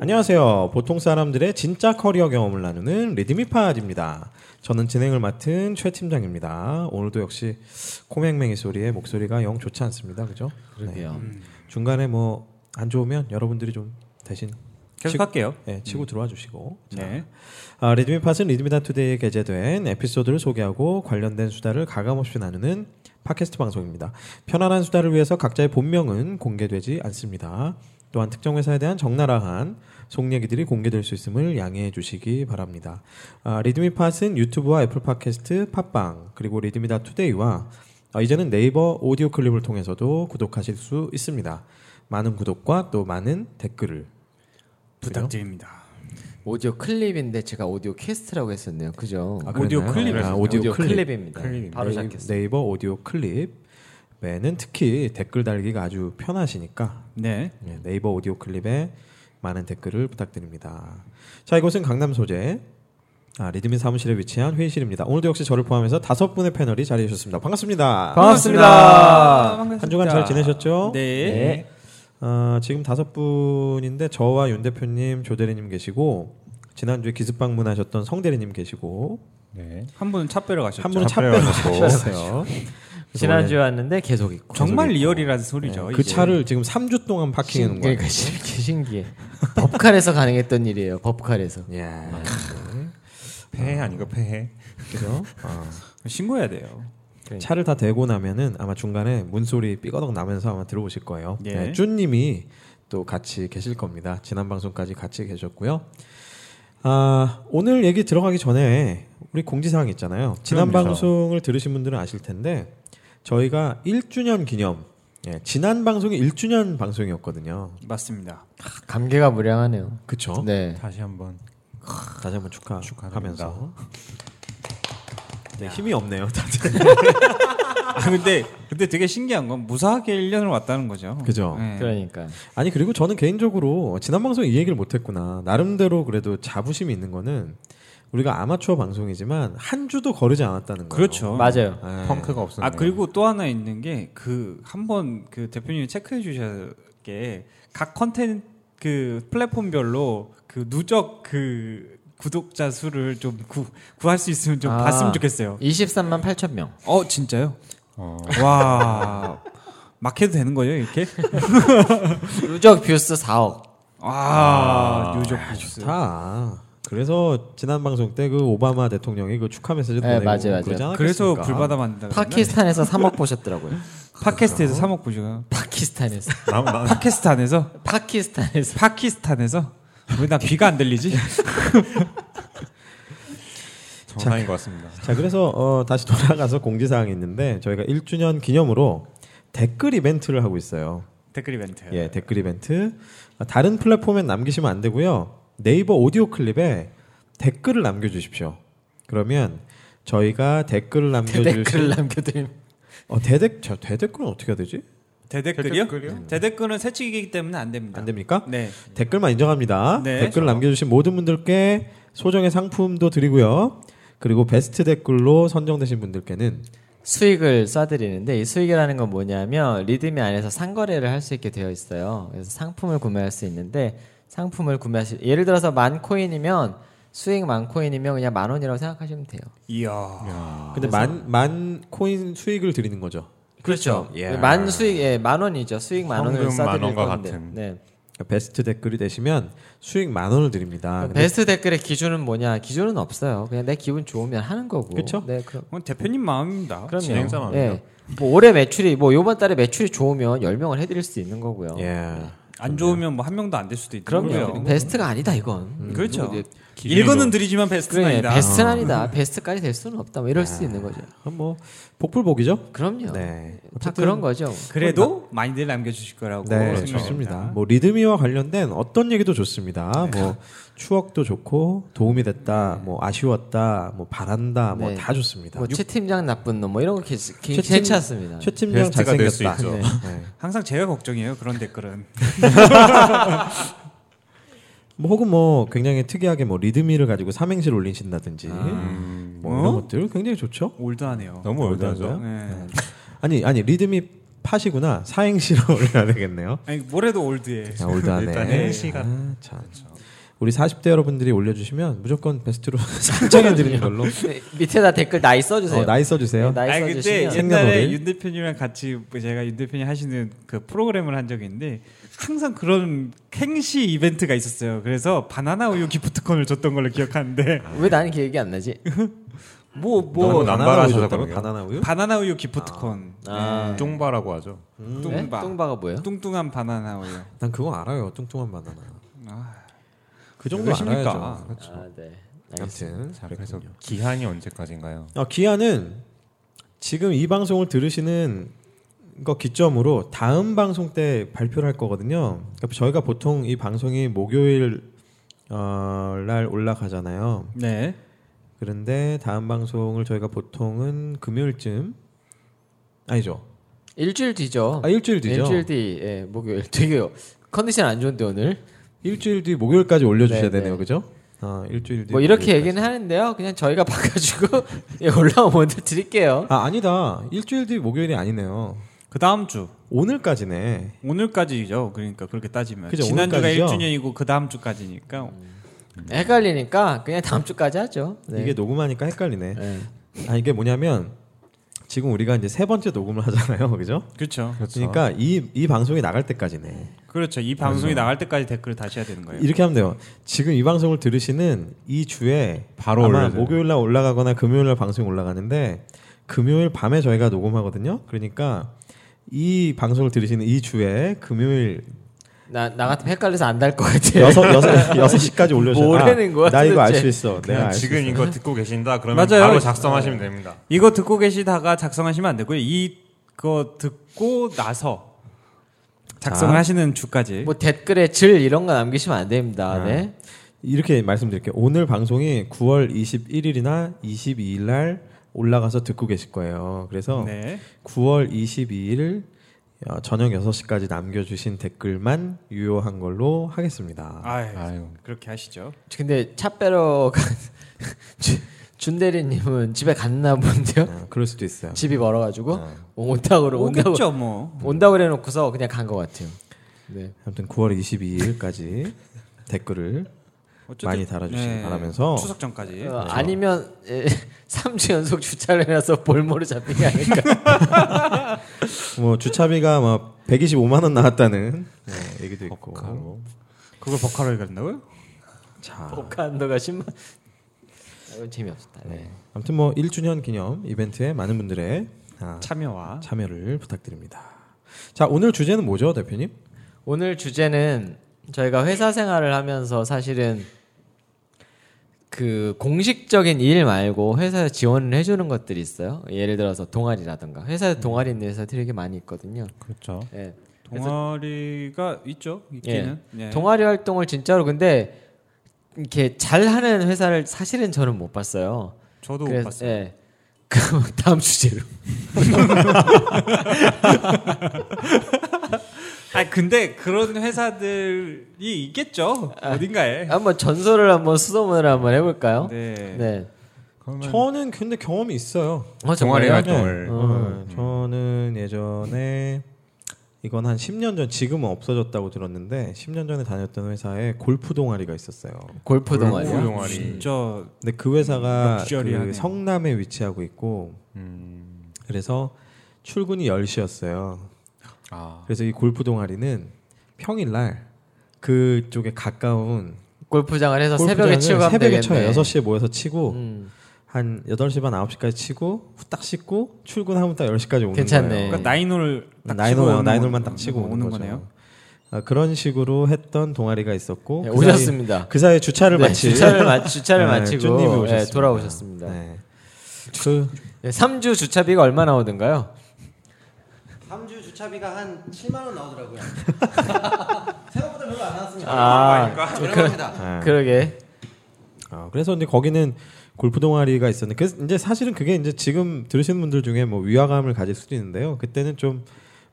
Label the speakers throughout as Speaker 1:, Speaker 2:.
Speaker 1: 안녕하세요. 보통 사람들의 진짜 커리어 경험을 나누는 리드미팟입니다. 저는 진행을 맡은 최 팀장입니다. 오늘도 역시 코맹맹이 소리의 목소리가 영 좋지 않습니다. 그죠? 네.
Speaker 2: 그러게요.
Speaker 1: 중간에 뭐 안 좋으면 여러분들이 좀 대신
Speaker 3: 계속 할게요.
Speaker 1: 예, 치고 들어와 주시고. 자,
Speaker 3: 네.
Speaker 1: 아, 리드미팟은 리드미단 투데이에 게재된 에피소드를 소개하고 관련된 수다를 가감없이 나누는 팟캐스트 방송입니다. 편안한 수다를 위해서 각자의 본명은 공개되지 않습니다. 또한 특정 회사에 대한 적나라한 속 얘기들이 공개될 수 있음을 양해해 주시기 바랍니다. 아, 리드미팟은 유튜브와 애플 팟캐스트, 팟빵 그리고 리드미다 투데이와 아, 이제는 네이버 오디오 클립을 통해서도 구독하실 수 있습니다. 많은 구독과 또 많은 댓글을
Speaker 3: 부탁드립니다.
Speaker 2: 오디오 클립인데 제가 오디오 캐스트라고 했었네요. 그죠?
Speaker 1: 아,
Speaker 3: 오디오
Speaker 1: 그랬나요?
Speaker 3: 클립.
Speaker 1: 아, 오디오, 클립.
Speaker 2: 입니다
Speaker 3: 클립입니다.
Speaker 2: 바로
Speaker 1: 네이-
Speaker 2: 시작했어요.
Speaker 1: 네이버 오디오 클립에는 특히 댓글 달기가 아주 편하시니까
Speaker 3: 네.
Speaker 1: 네, 네이버 오디오 클립에 많은 댓글을 부탁드립니다. 자, 이곳은 강남 소재 아, 리드민 사무실에 위치한 회의실입니다. 오늘도 역시 저를 포함해서 다섯 분의 패널이 자리해 주셨습니다. 반갑습니다.
Speaker 3: 반갑습니다.
Speaker 1: 한 주간 잘 지내셨죠?
Speaker 3: 네.
Speaker 1: 아, 지금 다섯 분인데 저와 윤 대표님, 조 대리님 계시고 지난주에 기습 방문하셨던 성 대리님 계시고
Speaker 4: 네.
Speaker 3: 한 분은 차 빼러 가셨죠.
Speaker 1: 한 분은
Speaker 4: 차
Speaker 1: 차빼러
Speaker 4: 빼러
Speaker 1: 가셨어요.
Speaker 2: 지난주에 왔는데 계속 있고.
Speaker 3: 정말 리얼이라는 소리죠.
Speaker 1: 그
Speaker 3: 이게.
Speaker 1: 차를 지금 3주 동안 파킹해 놓은 거예요.
Speaker 2: 그러니까 신기해. 신기해. 법칼에서 가능했던 일이에요. 법칼에서.
Speaker 1: 예.
Speaker 4: 폐해 아니고 폐해.
Speaker 1: 그죠? 어.
Speaker 3: 신고해야 돼요.
Speaker 1: 차를 다 대고 나면은 아마 중간에 문소리 삐거덕 나면서 아마 들어보실 거예요.
Speaker 3: 예.
Speaker 1: 네, 쭈님이 또 같이 계실 겁니다. 지난 방송까지 같이 계셨고요. 아, 오늘 얘기 들어가기 전에 우리 공지사항 있잖아요. 지난
Speaker 4: 그럼요.
Speaker 1: 방송을 들으신 분들은 아실 텐데 저희가 1주년 기념 예, 지난 방송이 1주년 방송이었거든요.
Speaker 3: 맞습니다.
Speaker 2: 감개가 무량하네요.
Speaker 1: 그쵸?
Speaker 2: 네.
Speaker 4: 다시 한번
Speaker 1: 다시 한번 축하하면서
Speaker 4: 축하드립니다.
Speaker 1: 네, 힘이 없네요. 다들.
Speaker 3: 아, 근데 근데 되게 신기한 건 무사하게 1년을 왔다는 거죠.
Speaker 1: 그죠.
Speaker 3: 네.
Speaker 2: 그러니까.
Speaker 1: 아니 그리고 저는 개인적으로 지난 방송에 이 얘기를 못했구나 나름대로 그래도 자부심이 있는 거는 우리가 아마추어 방송이지만 한 주도 거르지 않았다는 거예요
Speaker 2: 어?
Speaker 3: 그렇죠.
Speaker 2: 맞아요.
Speaker 1: 예.
Speaker 4: 펑크가 없었네요.
Speaker 3: 아 그리고 또 하나 있는 게 그 한 번 그 대표님이 체크해 주셔야 게각 컨텐 그 플랫폼별로 그 누적 그 구독자 수를 좀 구, 구할 수 있으면 좀
Speaker 2: 아,
Speaker 3: 봤으면 좋겠어요.
Speaker 2: 23만 8천 명.
Speaker 3: 어 진짜요?
Speaker 4: 어.
Speaker 3: 와 막해도 되는 거예요 이렇게?
Speaker 2: 누적 뷰스 4억.
Speaker 3: 와 유족 비주스.
Speaker 1: 좋다 그래서 지난 방송 때 그 오바마 대통령이 그 축하 메시지
Speaker 2: 네,
Speaker 1: 보내고
Speaker 2: 맞아요, 맞아요.
Speaker 1: 그러지 않았겠습니까?
Speaker 3: 그래서 불 받아
Speaker 2: 네,
Speaker 3: 만든다.
Speaker 2: 파키스탄에서 3억 보셨더라고요.
Speaker 3: 팟캐스트에서 3억 보죠.
Speaker 2: 파키스탄에서.
Speaker 4: 나, 나,
Speaker 3: 파키스탄에서
Speaker 2: 파키스탄에서.
Speaker 3: 파키스탄에서 왜 나 귀가 안 들리지?
Speaker 4: 정상인 것 같습니다.
Speaker 1: 자 그래서 어, 다시 돌아가서 공지사항이 있는데 저희가 1주년 기념으로 댓글 이벤트를 하고 있어요
Speaker 3: 댓글 이벤트.
Speaker 1: 예, 댓글 이벤트. 아, 다른 플랫폼엔 남기시면 안 되고요. 네이버 오디오 클립에 댓글을 남겨 주십시오. 그러면 저희가 댓글을 남겨
Speaker 2: 댓글을
Speaker 1: 주실
Speaker 2: 남겨드림.
Speaker 1: 어, 대댓 저 대댓글은 어떻게 해야 되지?
Speaker 3: 대댓글이요? 음.
Speaker 4: 댓글이요?
Speaker 3: 대댓글은 새치기이기 때문에 안 됩니다.
Speaker 1: 안 됩니까?
Speaker 3: 네.
Speaker 1: 댓글만 인정합니다.
Speaker 3: 네.
Speaker 1: 댓글 남겨 주신 모든 분들께 소정의 상품도 드리고요. 그리고 베스트 댓글로 선정되신 분들께는
Speaker 2: 수익을 쏴드리는데 이 수익이라는 건 뭐냐면 리드미 안에서 상거래를 할 수 있게 되어 있어요. 그래서 상품을 구매할 수 있는데 상품을 구매하실 예를 들어서 만 코인이면 수익 만 코인이면 그냥 만 원이라고 생각하시면 돼요.
Speaker 3: 이야.
Speaker 1: 근데 만 만 코인 수익을 드리는 거죠.
Speaker 2: 그렇죠.
Speaker 1: 예.
Speaker 2: 만 수익 예, 만 원이죠. 수익 만 원을
Speaker 4: 현금 만
Speaker 2: 쏴드릴
Speaker 4: 원과
Speaker 2: 건데.
Speaker 4: 같은.
Speaker 2: 네.
Speaker 1: 그러니까 베스트 댓글이 되시면 수익 만 원을 드립니다. 아, 근데
Speaker 2: 베스트 댓글의 기준은 뭐냐? 기준은 없어요. 그냥 내 기분 좋으면 하는 거고.
Speaker 1: 그쵸?
Speaker 2: 네, 그럼
Speaker 3: 그건 대표님 마음입니다.
Speaker 2: 그럼요.
Speaker 4: 진행자 마음이죠.
Speaker 2: 예. 뭐 올해 매출이 뭐 요번 달에 매출이 좋으면 10명을 해 드릴 수 있는 거고요.
Speaker 1: 예.
Speaker 3: 안 좋으면 뭐 한 명도 안 될 수도 있는
Speaker 2: 그럼요.
Speaker 3: 거고요.
Speaker 2: 베스트가 아니다 이건.
Speaker 3: 그렇죠.
Speaker 2: 누구 이제
Speaker 3: 일거는 드리지만 베스트는
Speaker 2: 그래
Speaker 3: 아니다.
Speaker 2: 네, 베스트는
Speaker 1: 어.
Speaker 2: 아니다. 베스트까지 될 수는 없다. 뭐 이럴 수 있는 거죠.
Speaker 1: 아, 뭐 복불복이죠.
Speaker 2: 그럼요.
Speaker 1: 네.
Speaker 2: 다 그런 그렇죠. 거죠.
Speaker 3: 그래도 많이들 남겨주실 거라고
Speaker 1: 네,
Speaker 3: 생각합니다.
Speaker 1: 좋습니다. 뭐 리드미와 관련된 어떤 얘기도 좋습니다.
Speaker 2: 네.
Speaker 1: 뭐 추억도 좋고 도움이 됐다, 뭐 아쉬웠다, 뭐 바란다,
Speaker 2: 네.
Speaker 1: 뭐 다 좋습니다.
Speaker 2: 뭐최 팀장 나쁜 놈 뭐 이런 거 개- 개-
Speaker 1: 최 팀-
Speaker 2: 괜찮습니다.
Speaker 1: 최 팀장
Speaker 4: 베스트가 될수
Speaker 1: 잘생겼다.
Speaker 4: 있죠.
Speaker 1: 네.
Speaker 3: 항상 제가 걱정이에요. 그런 댓글은.
Speaker 1: 뭐 혹은 뭐 굉장히 특이하게 뭐 리드미를 가지고 삼행시를
Speaker 2: 아.
Speaker 1: 올리신다든지 뭐 이런
Speaker 3: 어?
Speaker 1: 것들 굉장히 좋죠. 뭐
Speaker 3: 올드하네요.
Speaker 4: 너무 올드하죠.
Speaker 1: 올드한가요?
Speaker 3: 네.
Speaker 1: 아니 아니 리드미 팥이구나. 사행시로 올려야 되겠네요.
Speaker 3: 아니 뭐래도 올드해.
Speaker 1: 자, 올드하네.
Speaker 4: 일단 행시가- 그렇죠.
Speaker 1: 아, 참. 우리 40대 여러분들이 올려주시면 무조건 베스트로 선정해드리는 걸로
Speaker 2: 네, 밑에다 댓글 나이 써주세요.
Speaker 1: 어, 나이 써주세요.
Speaker 2: 네, 나이
Speaker 3: 아니 근데
Speaker 2: 써주시면
Speaker 1: 예.
Speaker 3: 옛날에
Speaker 1: 생년월일.
Speaker 3: 윤 대표님이랑 같이 뭐 제가 윤 대표님 하시는 그 프로그램을 한 적이 있는데 항상 그런 행시 이벤트가 있었어요. 그래서 바나나 우유 기프트콘을 줬던 걸로 기억하는데
Speaker 2: 왜 나는 기억이 안 나지?
Speaker 3: 뭐
Speaker 4: 너무
Speaker 3: 뭐
Speaker 4: 나-
Speaker 1: 바나나
Speaker 4: 남발하셔서
Speaker 1: 우유 줬다고요?
Speaker 4: 그런가요?
Speaker 1: 바나나 우유?
Speaker 3: 바나나 우유 기프트콘
Speaker 2: 아.
Speaker 4: 쫑바라고 하죠.
Speaker 3: 네.
Speaker 2: 네?
Speaker 3: 뚱바
Speaker 2: 뚱바가 뭐예요?
Speaker 3: 뚱뚱한 바나나 우유.
Speaker 1: 난 그거 알아요. 뚱뚱한 바나나.
Speaker 3: 아,
Speaker 1: 그 정도
Speaker 3: 그러십니까?
Speaker 1: 알아야죠. 그렇죠.
Speaker 2: 아, 네. 알겠습니다.
Speaker 1: 아무튼
Speaker 4: 자, 그래서 기한이
Speaker 2: 네,
Speaker 4: 언제까지인가요?
Speaker 1: 어, 기한은 지금 이 방송을 들으시는 거 기점으로 다음 방송 때 발표를 할 거거든요. 그러니까 저희가 보통 이 방송이 목요일 어, 날 올라가잖아요.
Speaker 3: 네.
Speaker 1: 그런데 다음 방송을 저희가 보통은 금요일쯤 아니죠.
Speaker 2: 일주일 뒤죠.
Speaker 1: 아 일주일 뒤죠.
Speaker 2: 어. 일주일 뒤, 예, 목요일. 되게 컨디션 안 좋은데 오늘.
Speaker 1: 일주일 뒤 목요일까지 올려주셔야
Speaker 2: 네,
Speaker 1: 되네요,
Speaker 2: 네.
Speaker 1: 그죠? 아 일주일 뒤.
Speaker 2: 뭐 이렇게
Speaker 1: 목요일까지.
Speaker 2: 얘기는 하는데요. 그냥 저희가 바꿔주고 예, 올라온 분들 드릴게요.
Speaker 1: 아 아니다. 일주일 뒤 목요일이 아니네요.
Speaker 3: 그 다음 주
Speaker 1: 오늘까지네.
Speaker 3: 오늘까지죠. 그러니까 그렇게 따지면
Speaker 1: 그죠,
Speaker 3: 지난주가
Speaker 1: 오늘까지죠.
Speaker 3: 1주년이고 그 다음 주까지니까
Speaker 2: 음. 헷갈리니까 그냥 다음 주까지 하죠. 네.
Speaker 1: 이게 녹음하니까 헷갈리네.
Speaker 2: 예.
Speaker 1: 아 이게 뭐냐면 지금 우리가 이제 세 번째 녹음을 하잖아요, 그죠?
Speaker 3: 그렇죠.
Speaker 1: 그러니까 이 이 방송이 나갈 때까지네.
Speaker 3: 그렇죠. 이 방송이 나갈 때까지 댓글을 다시 해야 되는 거예요.
Speaker 1: 이렇게 하면 돼요. 지금 이 방송을 들으시는 이 주에
Speaker 4: 바로
Speaker 1: 아마
Speaker 4: 올려야 돼요.
Speaker 1: 목요일 날 올라가거나 금요일 날 방송이 올라가는데 금요일 밤에 저희가 녹음하거든요. 그러니까 이 방송을 들으시는 이 주에 금요일
Speaker 2: 나, 나 같으면 헷갈려서 안 달 것 같아요.
Speaker 1: 여섯 여섯 여섯 시까지 올려주세요.
Speaker 2: 뭐라는 네. 거야,
Speaker 1: 나 이거 알
Speaker 2: 도대체.
Speaker 1: 수 있어. 내가
Speaker 4: 그냥
Speaker 1: 알수
Speaker 4: 지금
Speaker 1: 있어.
Speaker 4: 이거 듣고 계신다 그러면
Speaker 3: 맞아요.
Speaker 4: 바로 작성하시면 됩니다.
Speaker 3: 이거 듣고 계시다가 작성하시면 안 되고요. 이거 듣고 나서 작성을
Speaker 1: 자.
Speaker 3: 하시는 주까지.
Speaker 2: 뭐 댓글에 질 이런 거 남기시면 안 됩니다.
Speaker 3: 아.
Speaker 2: 네.
Speaker 1: 이렇게 말씀드릴게요. 오늘 방송이 9월 21일이나 22일 날 올라가서 듣고 계실 거예요. 그래서
Speaker 3: 네.
Speaker 1: 9월 22일 어, 저녁 6시까지 남겨주신 댓글만 유효한 걸로 하겠습니다.
Speaker 3: 아유,
Speaker 4: 아유.
Speaker 3: 그렇게 하시죠.
Speaker 2: 근데 차빼러 간 주- 준대리님은 집에 갔나
Speaker 3: 네.
Speaker 2: 본데요.
Speaker 1: 어, 그럴 수도 있어요.
Speaker 2: 집이 멀어가지고 온다고 그러- 온다고
Speaker 3: 오겠죠 뭐.
Speaker 2: 온다고 그래놓고서 그냥 간 것 같아요. 네.
Speaker 1: 아무튼 9월 22일까지 댓글을
Speaker 3: 어쨌든- 네.
Speaker 1: 많이 달아주시길 바라면서
Speaker 3: 추석 전까지.
Speaker 2: 어, 아니면 에, 3주 연속 주차를 해놔서 볼모로 잡힌 게 아닐까.
Speaker 1: 뭐 주차비가 뭐 125만 원 나왔다는 네, 얘기도 있고
Speaker 3: 그걸 버카로 해간다고요?
Speaker 1: 자
Speaker 2: 복한도가 10만. 아, 이건 재미없었다. 네.
Speaker 1: 아무튼 뭐 1주년 기념 이벤트에 많은 분들의 아,
Speaker 3: 참여와
Speaker 1: 참여를 부탁드립니다. 자 오늘 주제는 뭐죠 대표님?
Speaker 2: 오늘 주제는 저희가 회사 생활을 하면서 사실은 그 공식적인 일 말고 회사에서 지원을 해주는 것들이 있어요. 예를 들어서 동아리라든가 회사에서 동아리 있는 회사 되게 많이 있거든요.
Speaker 3: 그렇죠.
Speaker 2: 예.
Speaker 3: 동아리가 있죠. 있기는. 예.
Speaker 2: 동아리 활동을 진짜로 근데 이렇게 잘하는 회사를 사실은 저는 못 봤어요.
Speaker 3: 저도 못
Speaker 2: 그래서-
Speaker 3: 봤어요.
Speaker 2: 예. 그럼 다음 주제로.
Speaker 3: 아 근데 그런 회사들이 있겠죠. 어딘가에.
Speaker 2: 한번 전설을 한번 수소문을 한번 해볼까요?
Speaker 3: 네.
Speaker 1: 저는 근데 경험이 있어요.
Speaker 2: 어, 음.
Speaker 4: 동아리 네.
Speaker 2: 정말요?
Speaker 4: 활동을
Speaker 1: 어, 저는 예전에 이건 한 10년 전 지금은 없어졌다고 들었는데 10년 전에 다녔던 회사에 골프 동아리가 있었어요.
Speaker 2: 골프
Speaker 4: 동아리.
Speaker 2: 동아리요?
Speaker 4: 동아리.
Speaker 3: 진짜
Speaker 1: 근데 그 회사가
Speaker 3: 럭셔리하네요.
Speaker 1: 그 성남에 위치하고 있고
Speaker 2: 음.
Speaker 1: 그래서 출근이 10시였어요.
Speaker 4: 아,
Speaker 1: 그래서 이 골프 동아리는 평일날 그쪽에 가까운
Speaker 2: 골프장을 해서
Speaker 1: 골프장을
Speaker 2: 새벽에 치고 가면
Speaker 1: 새벽에
Speaker 2: 되겠네.
Speaker 1: 쳐요. 6시에 모여서 치고
Speaker 2: 음,
Speaker 1: 한 8시 반 9시까지 치고 후딱 씻고 출근하면 딱 10시까지 오는
Speaker 2: 괜찮네.
Speaker 1: 거예요.
Speaker 3: 그러니까 나인홀 딱 치고
Speaker 1: 나인홀
Speaker 3: 오는
Speaker 1: 나인홀만
Speaker 3: 거-
Speaker 1: 딱 치고 오는,
Speaker 3: 오는
Speaker 1: 거죠.
Speaker 3: 거네요.
Speaker 1: 아, 그런 식으로 했던 동아리가 있었고
Speaker 2: 네,
Speaker 1: 그 사이,
Speaker 2: 오셨습니다.
Speaker 1: 그 사이에 주차를
Speaker 2: 네,
Speaker 1: 마치
Speaker 2: 주차를 마 주차를
Speaker 1: 네,
Speaker 2: 마치고
Speaker 1: 쭈님이
Speaker 2: 네,
Speaker 1: 오셨습니다.
Speaker 2: 돌아오셨습니다. 네.
Speaker 1: 네. 그
Speaker 2: 3주 주차비가 얼마 나오던가요?
Speaker 5: 3주 주차비가 한 7만 원 나오더라고요. 생각보다 별로 안 나왔습니다.
Speaker 2: 아,
Speaker 3: 그
Speaker 5: 여러분입니다.
Speaker 1: 네.
Speaker 2: 그러게.
Speaker 1: 아, 그래서 이제 거기는 골프 동아리가 있었는데 그래서 이제 사실은 그게 이제 지금 들으시는 분들 중에 뭐 위화감을 가질 수도 있는데요. 그때는 좀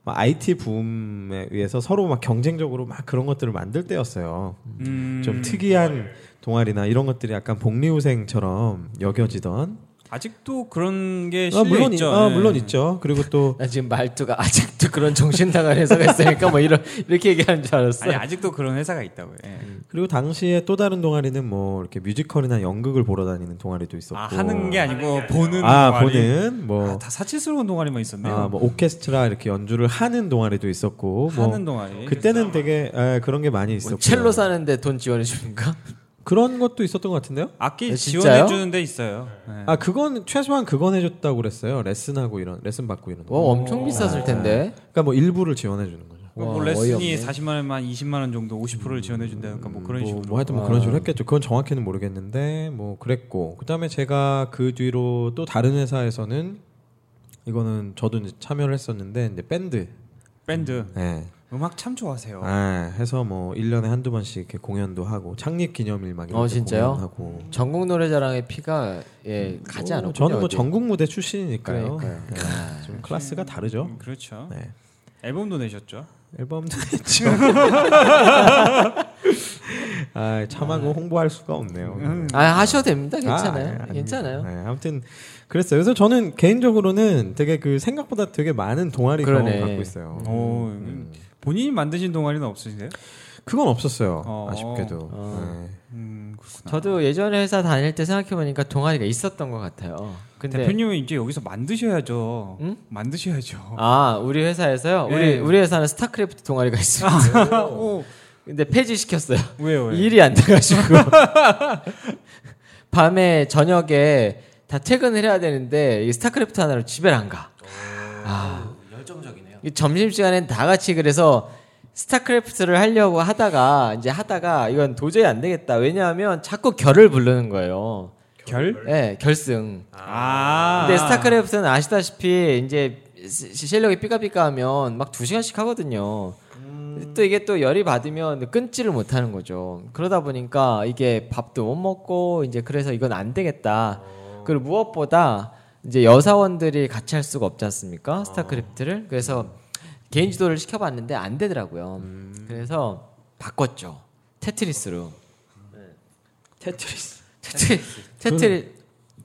Speaker 1: 막 IT 붐에 의해서 서로 막 경쟁적으로 막 그런 것들을 만들 때였어요.
Speaker 3: 음.
Speaker 1: 좀 특이한 동아리나 이런 것들이 약간 복리후생처럼 여겨지던
Speaker 3: 아직도 그런 게 실려
Speaker 1: 아, 물론
Speaker 3: 있죠.
Speaker 1: 아,
Speaker 3: 네.
Speaker 1: 물론 있죠. 그리고 또
Speaker 2: 나 지금 말투가 아직도 그런 정신 나간 회사가 있으니까 뭐 이런 이렇게 얘기하는 줄 알았어.
Speaker 3: 아니 아직도 그런 회사가 있다고요. 예.
Speaker 1: 그리고 당시에 또 다른 동아리는 뭐 이렇게 뮤지컬이나 연극을 보러 다니는 동아리도 있었고.
Speaker 3: 아 하는 게 아니고 보는
Speaker 1: 아,
Speaker 3: 동아리.
Speaker 1: 보는
Speaker 3: 아,
Speaker 1: 뭐
Speaker 3: 다 사치스러운 동아리만 있었네요.
Speaker 1: 아, 뭐 오케스트라 이렇게 연주를 하는 동아리도 있었고 뭐
Speaker 3: 하는 동아리.
Speaker 1: 그때는 되게 에, 그런 게 많이 있었고
Speaker 2: 뭐 첼로 사는데 돈 지원해 주는가?
Speaker 1: 그런 것도 있었던 것 같은데요?
Speaker 3: 악기
Speaker 2: 네,
Speaker 3: 지원해
Speaker 2: 진짜요?
Speaker 3: 주는 데 있어요. 네.
Speaker 1: 아 그건 최소한 그건 해줬다고 그랬어요. 레슨하고 이런 레슨 받고 이런
Speaker 2: 와
Speaker 3: 어,
Speaker 1: 거.
Speaker 2: 어, 엄청 비쌌을 텐데.
Speaker 1: 그러니까 뭐 일부를 지원해 주는 거죠.
Speaker 3: 그러니까 뭐
Speaker 2: 와,
Speaker 3: 레슨이
Speaker 2: 어이없네.
Speaker 3: 40만 원만 20만 원 정도 50%를 지원해 준다니까 뭐 그런
Speaker 1: 뭐,
Speaker 3: 식으로.
Speaker 1: 뭐 하여튼 뭐
Speaker 2: 아.
Speaker 1: 그런 식으로 했겠죠. 그건 정확히는 모르겠는데 뭐 그랬고 그다음에 제가 그 뒤로 또 다른 회사에서는 이거는 저도 이제 참여를 했었는데 이제 밴드
Speaker 3: 어. 밴드
Speaker 1: 예.
Speaker 3: 음악 참 좋아하세요.
Speaker 1: 아, 해서 뭐 1년에 한두 번씩 이렇게 공연도 하고 창립 기념일 막 이런
Speaker 2: 어,
Speaker 1: 데
Speaker 2: 진짜요?
Speaker 1: 공연하고
Speaker 2: 전국 노래자랑의 피가 예 가지
Speaker 1: 뭐
Speaker 2: 않았고
Speaker 1: 저는 뭐 전국 무대 출신이니까요.
Speaker 2: 그러니까요. 아.
Speaker 1: 예, 좀 클래스가 다르죠.
Speaker 3: 음, 그렇죠.
Speaker 1: 네.
Speaker 3: 앨범도 내셨죠.
Speaker 1: 앨범도 냈죠. 아, 참하고 홍보할 수가 없네요.
Speaker 2: 아 하셔도 됩니다.
Speaker 1: 아,
Speaker 2: 괜찮아요.
Speaker 1: 아니, 아니.
Speaker 2: 괜찮아요.
Speaker 1: 네, 아무튼 그랬어요. 그래서 저는 개인적으로는 되게 그 생각보다 되게 많은 동아리
Speaker 2: 그러네.
Speaker 1: 경험을 갖고 있어요.
Speaker 3: 오,
Speaker 1: 음.
Speaker 3: 본인이 만드신 동아리는 없으신데요?
Speaker 1: 그건 없었어요.
Speaker 3: 어.
Speaker 1: 아쉽게도.
Speaker 2: 어.
Speaker 1: 네.
Speaker 3: 음, 그렇구나.
Speaker 2: 저도 예전에 회사 다닐 때 생각해 보니까 동아리가 있었던 것 같아요. 근데
Speaker 3: 대표님은 이제 여기서 만드셔야죠.
Speaker 2: 응?
Speaker 3: 만드셔야죠.
Speaker 2: 아 우리 회사에서요. 우리
Speaker 5: 예.
Speaker 3: 네.
Speaker 2: 우리 회사는 스타크래프트 동아리가 있어요.
Speaker 3: 오,
Speaker 2: 근데 폐지 시켰어요.
Speaker 3: 왜요?
Speaker 5: 예.
Speaker 3: 왜요?
Speaker 2: 일이 안 돼가지고 밤에 저녁에 다 퇴근을 해야 되는데 이 스타크래프트 하나로 집에 안 가. 아.
Speaker 5: 열정적이네요.
Speaker 2: 이 점심시간엔 다 같이 그래서 스타크래프트를 하려고 하다가 이제 하다가 이건 도저히 안 되겠다. 왜냐하면 자꾸 결을 부르는 거예요.
Speaker 3: 결?
Speaker 2: 예, 결승.
Speaker 3: 아.
Speaker 2: 근데 스타크래프트는 아시다시피 이제 시- 실력이 삐까삐까하면 막 두 시간씩 하거든요. 또 이게 또 열이 받으면 끊지를 못하는 거죠. 그러다 보니까 이게 밥도 못 먹고 이제 그래서 이건 안 되겠다. 그리고 무엇보다 이제 여사원들이 같이 할 수가 없지 않습니까? 스타크래프트를 그래서 개인 지도를 시켜봤는데 안 되더라고요. 그래서 바꿨죠. 테트리스로.
Speaker 1: 테트리스.
Speaker 2: 테트리 테트리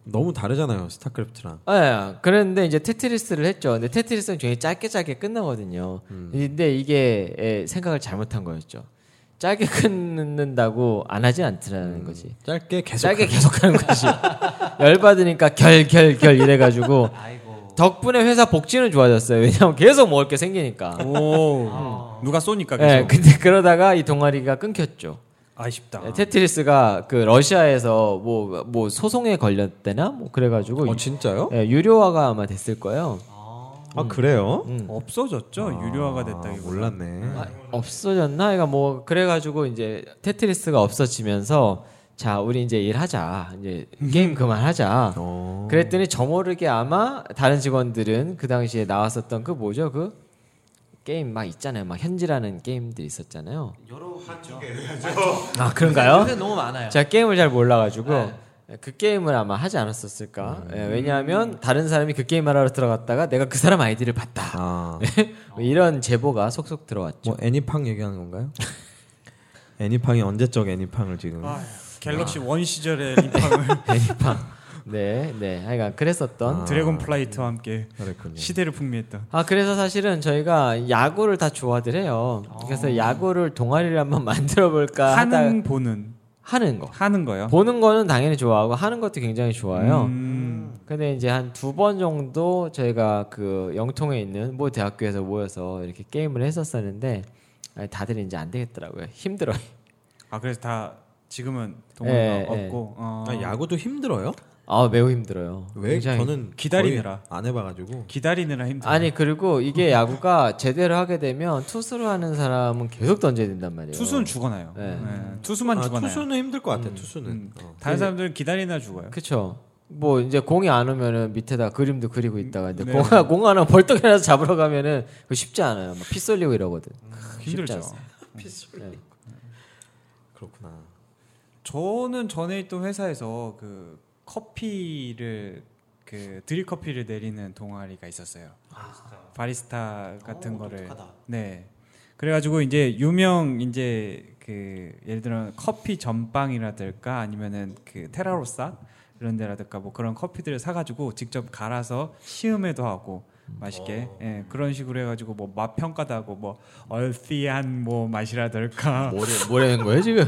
Speaker 1: 너무 다르잖아요. 스타크래프트랑.
Speaker 2: 예, 그런데 이제 테트리스를 했죠. 근데 테트리스는 굉장히 짧게 짧게 끝나거든요. 근데 이게 예, 생각을 잘못한 거였죠. 짧게 끊는다고 안 하지 않더라는 거지.
Speaker 1: 짧게 계속
Speaker 2: 짧게 계속하는 거지. 열받으니까 결결결 이래가지고
Speaker 5: 아이고.
Speaker 2: 덕분에 회사 복지는 좋아졌어요. 왜냐면 계속 먹을 게 생기니까.
Speaker 3: 오. 누가 쏘니까 계속.
Speaker 2: 예, 근데 그러다가 이 동아리가 끊겼죠.
Speaker 3: 아쉽다.
Speaker 2: 예, 테트리스가 그 러시아에서 뭐 뭐 소송에 걸렸대나 뭐 그래가지고
Speaker 1: 어, 진짜요?
Speaker 2: 예, 유료화가 아마 됐을 거예요.
Speaker 1: 아, 그래요?
Speaker 3: 없어졌죠. 유료화가 됐다.
Speaker 1: 아,
Speaker 3: 이거.
Speaker 1: 몰랐네.
Speaker 2: 음. 아, 없어졌나? 그러니까 뭐 그래가지고 이제 테트리스가 없어지면서 자 우리 이제 일하자 이제 게임 그만하자.
Speaker 1: 어.
Speaker 2: 그랬더니 저모르게 아마 다른 직원들은 그 당시에 나왔었던 그 뭐죠 그 게임 막 있잖아요 막 현지라는 게임들 있었잖아요.
Speaker 5: 여러 가지죠.
Speaker 2: 아 그런가요?
Speaker 5: 요새 너무 많아요. 네.
Speaker 2: 제가 게임을 잘 몰라가지고 그 게임을 아마 하지 않았었을까. 예, 왜냐하면 다른 사람이 그 게임 하러 들어갔다가 내가 그 사람 아이디를 봤다.
Speaker 1: 아.
Speaker 2: 뭐 이런 제보가 속속 들어왔죠.
Speaker 1: 뭐 애니팡 얘기하는 건가요? 애니팡이 언제적 애니팡을 지금
Speaker 3: 아휴, 갤럭시 원 시절의 리팡을
Speaker 2: 네, 네. 하여간 그랬었던
Speaker 3: 드래곤 플라이트와 함께
Speaker 1: 그랬군요.
Speaker 3: 시대를 풍미했던.
Speaker 2: 아 그래서 사실은 저희가 야구를 다 좋아들 해요. 그래서 야구를 동아리를 한번 만들어 볼까 그러니까 하다
Speaker 3: 하는 보는
Speaker 2: 하는 거.
Speaker 3: 하는 거요.
Speaker 2: 보는 거는 당연히 좋아하고 하는 것도 굉장히 좋아요.
Speaker 3: 음.
Speaker 2: 근데 이제 한 두 번 정도 저희가 그 영통에 있는 모 대학교에서 모여서 이렇게 게임을 했었었는데 아니, 다들 이제 안 되겠더라고요. 힘들어요.
Speaker 3: 아 그래서 다 지금은
Speaker 2: 예,
Speaker 3: 동호회가
Speaker 2: 예.
Speaker 3: 없고. 어.
Speaker 1: 아, 야구도 힘들어요?
Speaker 2: 아 매우 힘들어요.
Speaker 1: 왜 저는
Speaker 3: 기다리느라.
Speaker 1: 거의 안 해봐가지고
Speaker 3: 기다리느라 힘들어.
Speaker 2: 아니 그리고 이게 야구가 제대로 하게 되면 투수를 하는 사람은 계속 던져야 된단 말이에요.
Speaker 3: 투수는 죽어나요.
Speaker 2: 예.
Speaker 3: 예, 투수만
Speaker 1: 아,
Speaker 3: 죽어나요.
Speaker 1: 투수는 힘들 것 같아. 투수는
Speaker 3: 음.
Speaker 1: 어.
Speaker 3: 다른 사람들은 기다리나 죽어요.
Speaker 2: 그쵸. 뭐 이제 공이 안 오면은 밑에다 그림도 그리고 있다가 이제
Speaker 3: 네.
Speaker 2: 공, 공 하나 벌떡 일어나서 잡으러 가면은 그거 쉽지 않아요. 막 피 쏠리고 이러거든. 쉽지
Speaker 3: 힘들죠.
Speaker 2: 않습니다.
Speaker 3: 네.
Speaker 1: 그렇구나.
Speaker 3: 저는 전에 있던 회사에서 그 커피를 그 드립 커피를 내리는 동아리가 있었어요. 바리스타 같은
Speaker 5: 어,
Speaker 3: 거를
Speaker 5: 독특하다.
Speaker 3: 네. 그래가지고 이제 유명 이제 그 예를 들어 커피 전빵이라든가 아니면은 그 테라로사 이런 데라든가 뭐 그런 커피들을 사가지고 직접 갈아서 시음회도 하고 맛있게 예, 그런 식으로 해가지고 뭐 맛 평가도 하고 뭐 얼씨한 뭐 맛이라든가
Speaker 6: 뭐래 뭐라는 거예요 지금?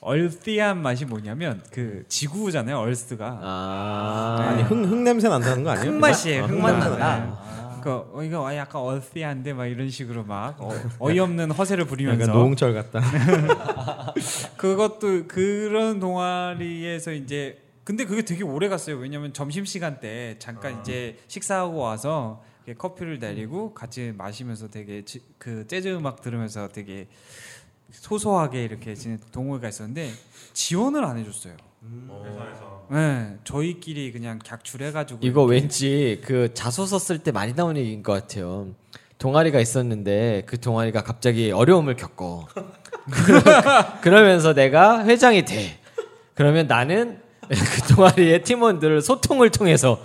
Speaker 3: 얼씨한 맛이 뭐냐면 그 지구잖아요 얼스가
Speaker 6: 아
Speaker 1: 아니 흥, 흥 냄새 난다는 거 아니에요?
Speaker 3: 흙맛이에요.
Speaker 1: 아,
Speaker 3: 흙맛
Speaker 1: 흙맛
Speaker 3: 난다. 그러니까 어, 이거 아, 약간 어스티한데 막 이런 식으로 막 어, 어이없는 허세를 부리면서
Speaker 1: 약간 그러니까 노홍철 같다.
Speaker 3: 그것도 그런 동아리에서 이제 근데 그게 되게 오래 갔어요. 왜냐면 점심 시간 때
Speaker 2: 아.
Speaker 3: 잠깐 이제 식사하고 와서 이렇게 커피를 내리고 같이 마시면서 되게 지- 그 재즈 음악 들으면서 되게 소소하게 이렇게 지낸 동호회가 있었는데 지원을 안 해줬어요.
Speaker 2: 음.
Speaker 3: 네, 저희끼리 그냥 객출해가지고
Speaker 2: 이거 왠지 그 자소서 쓸 때 많이 나오는 얘기인 것 같아요. 동아리가 있었는데 그 동아리가 갑자기 어려움을 겪어. 그러- 그러면서 내가 회장이 돼. 그러면 나는 그 동아리의 팀원들을 소통을 통해서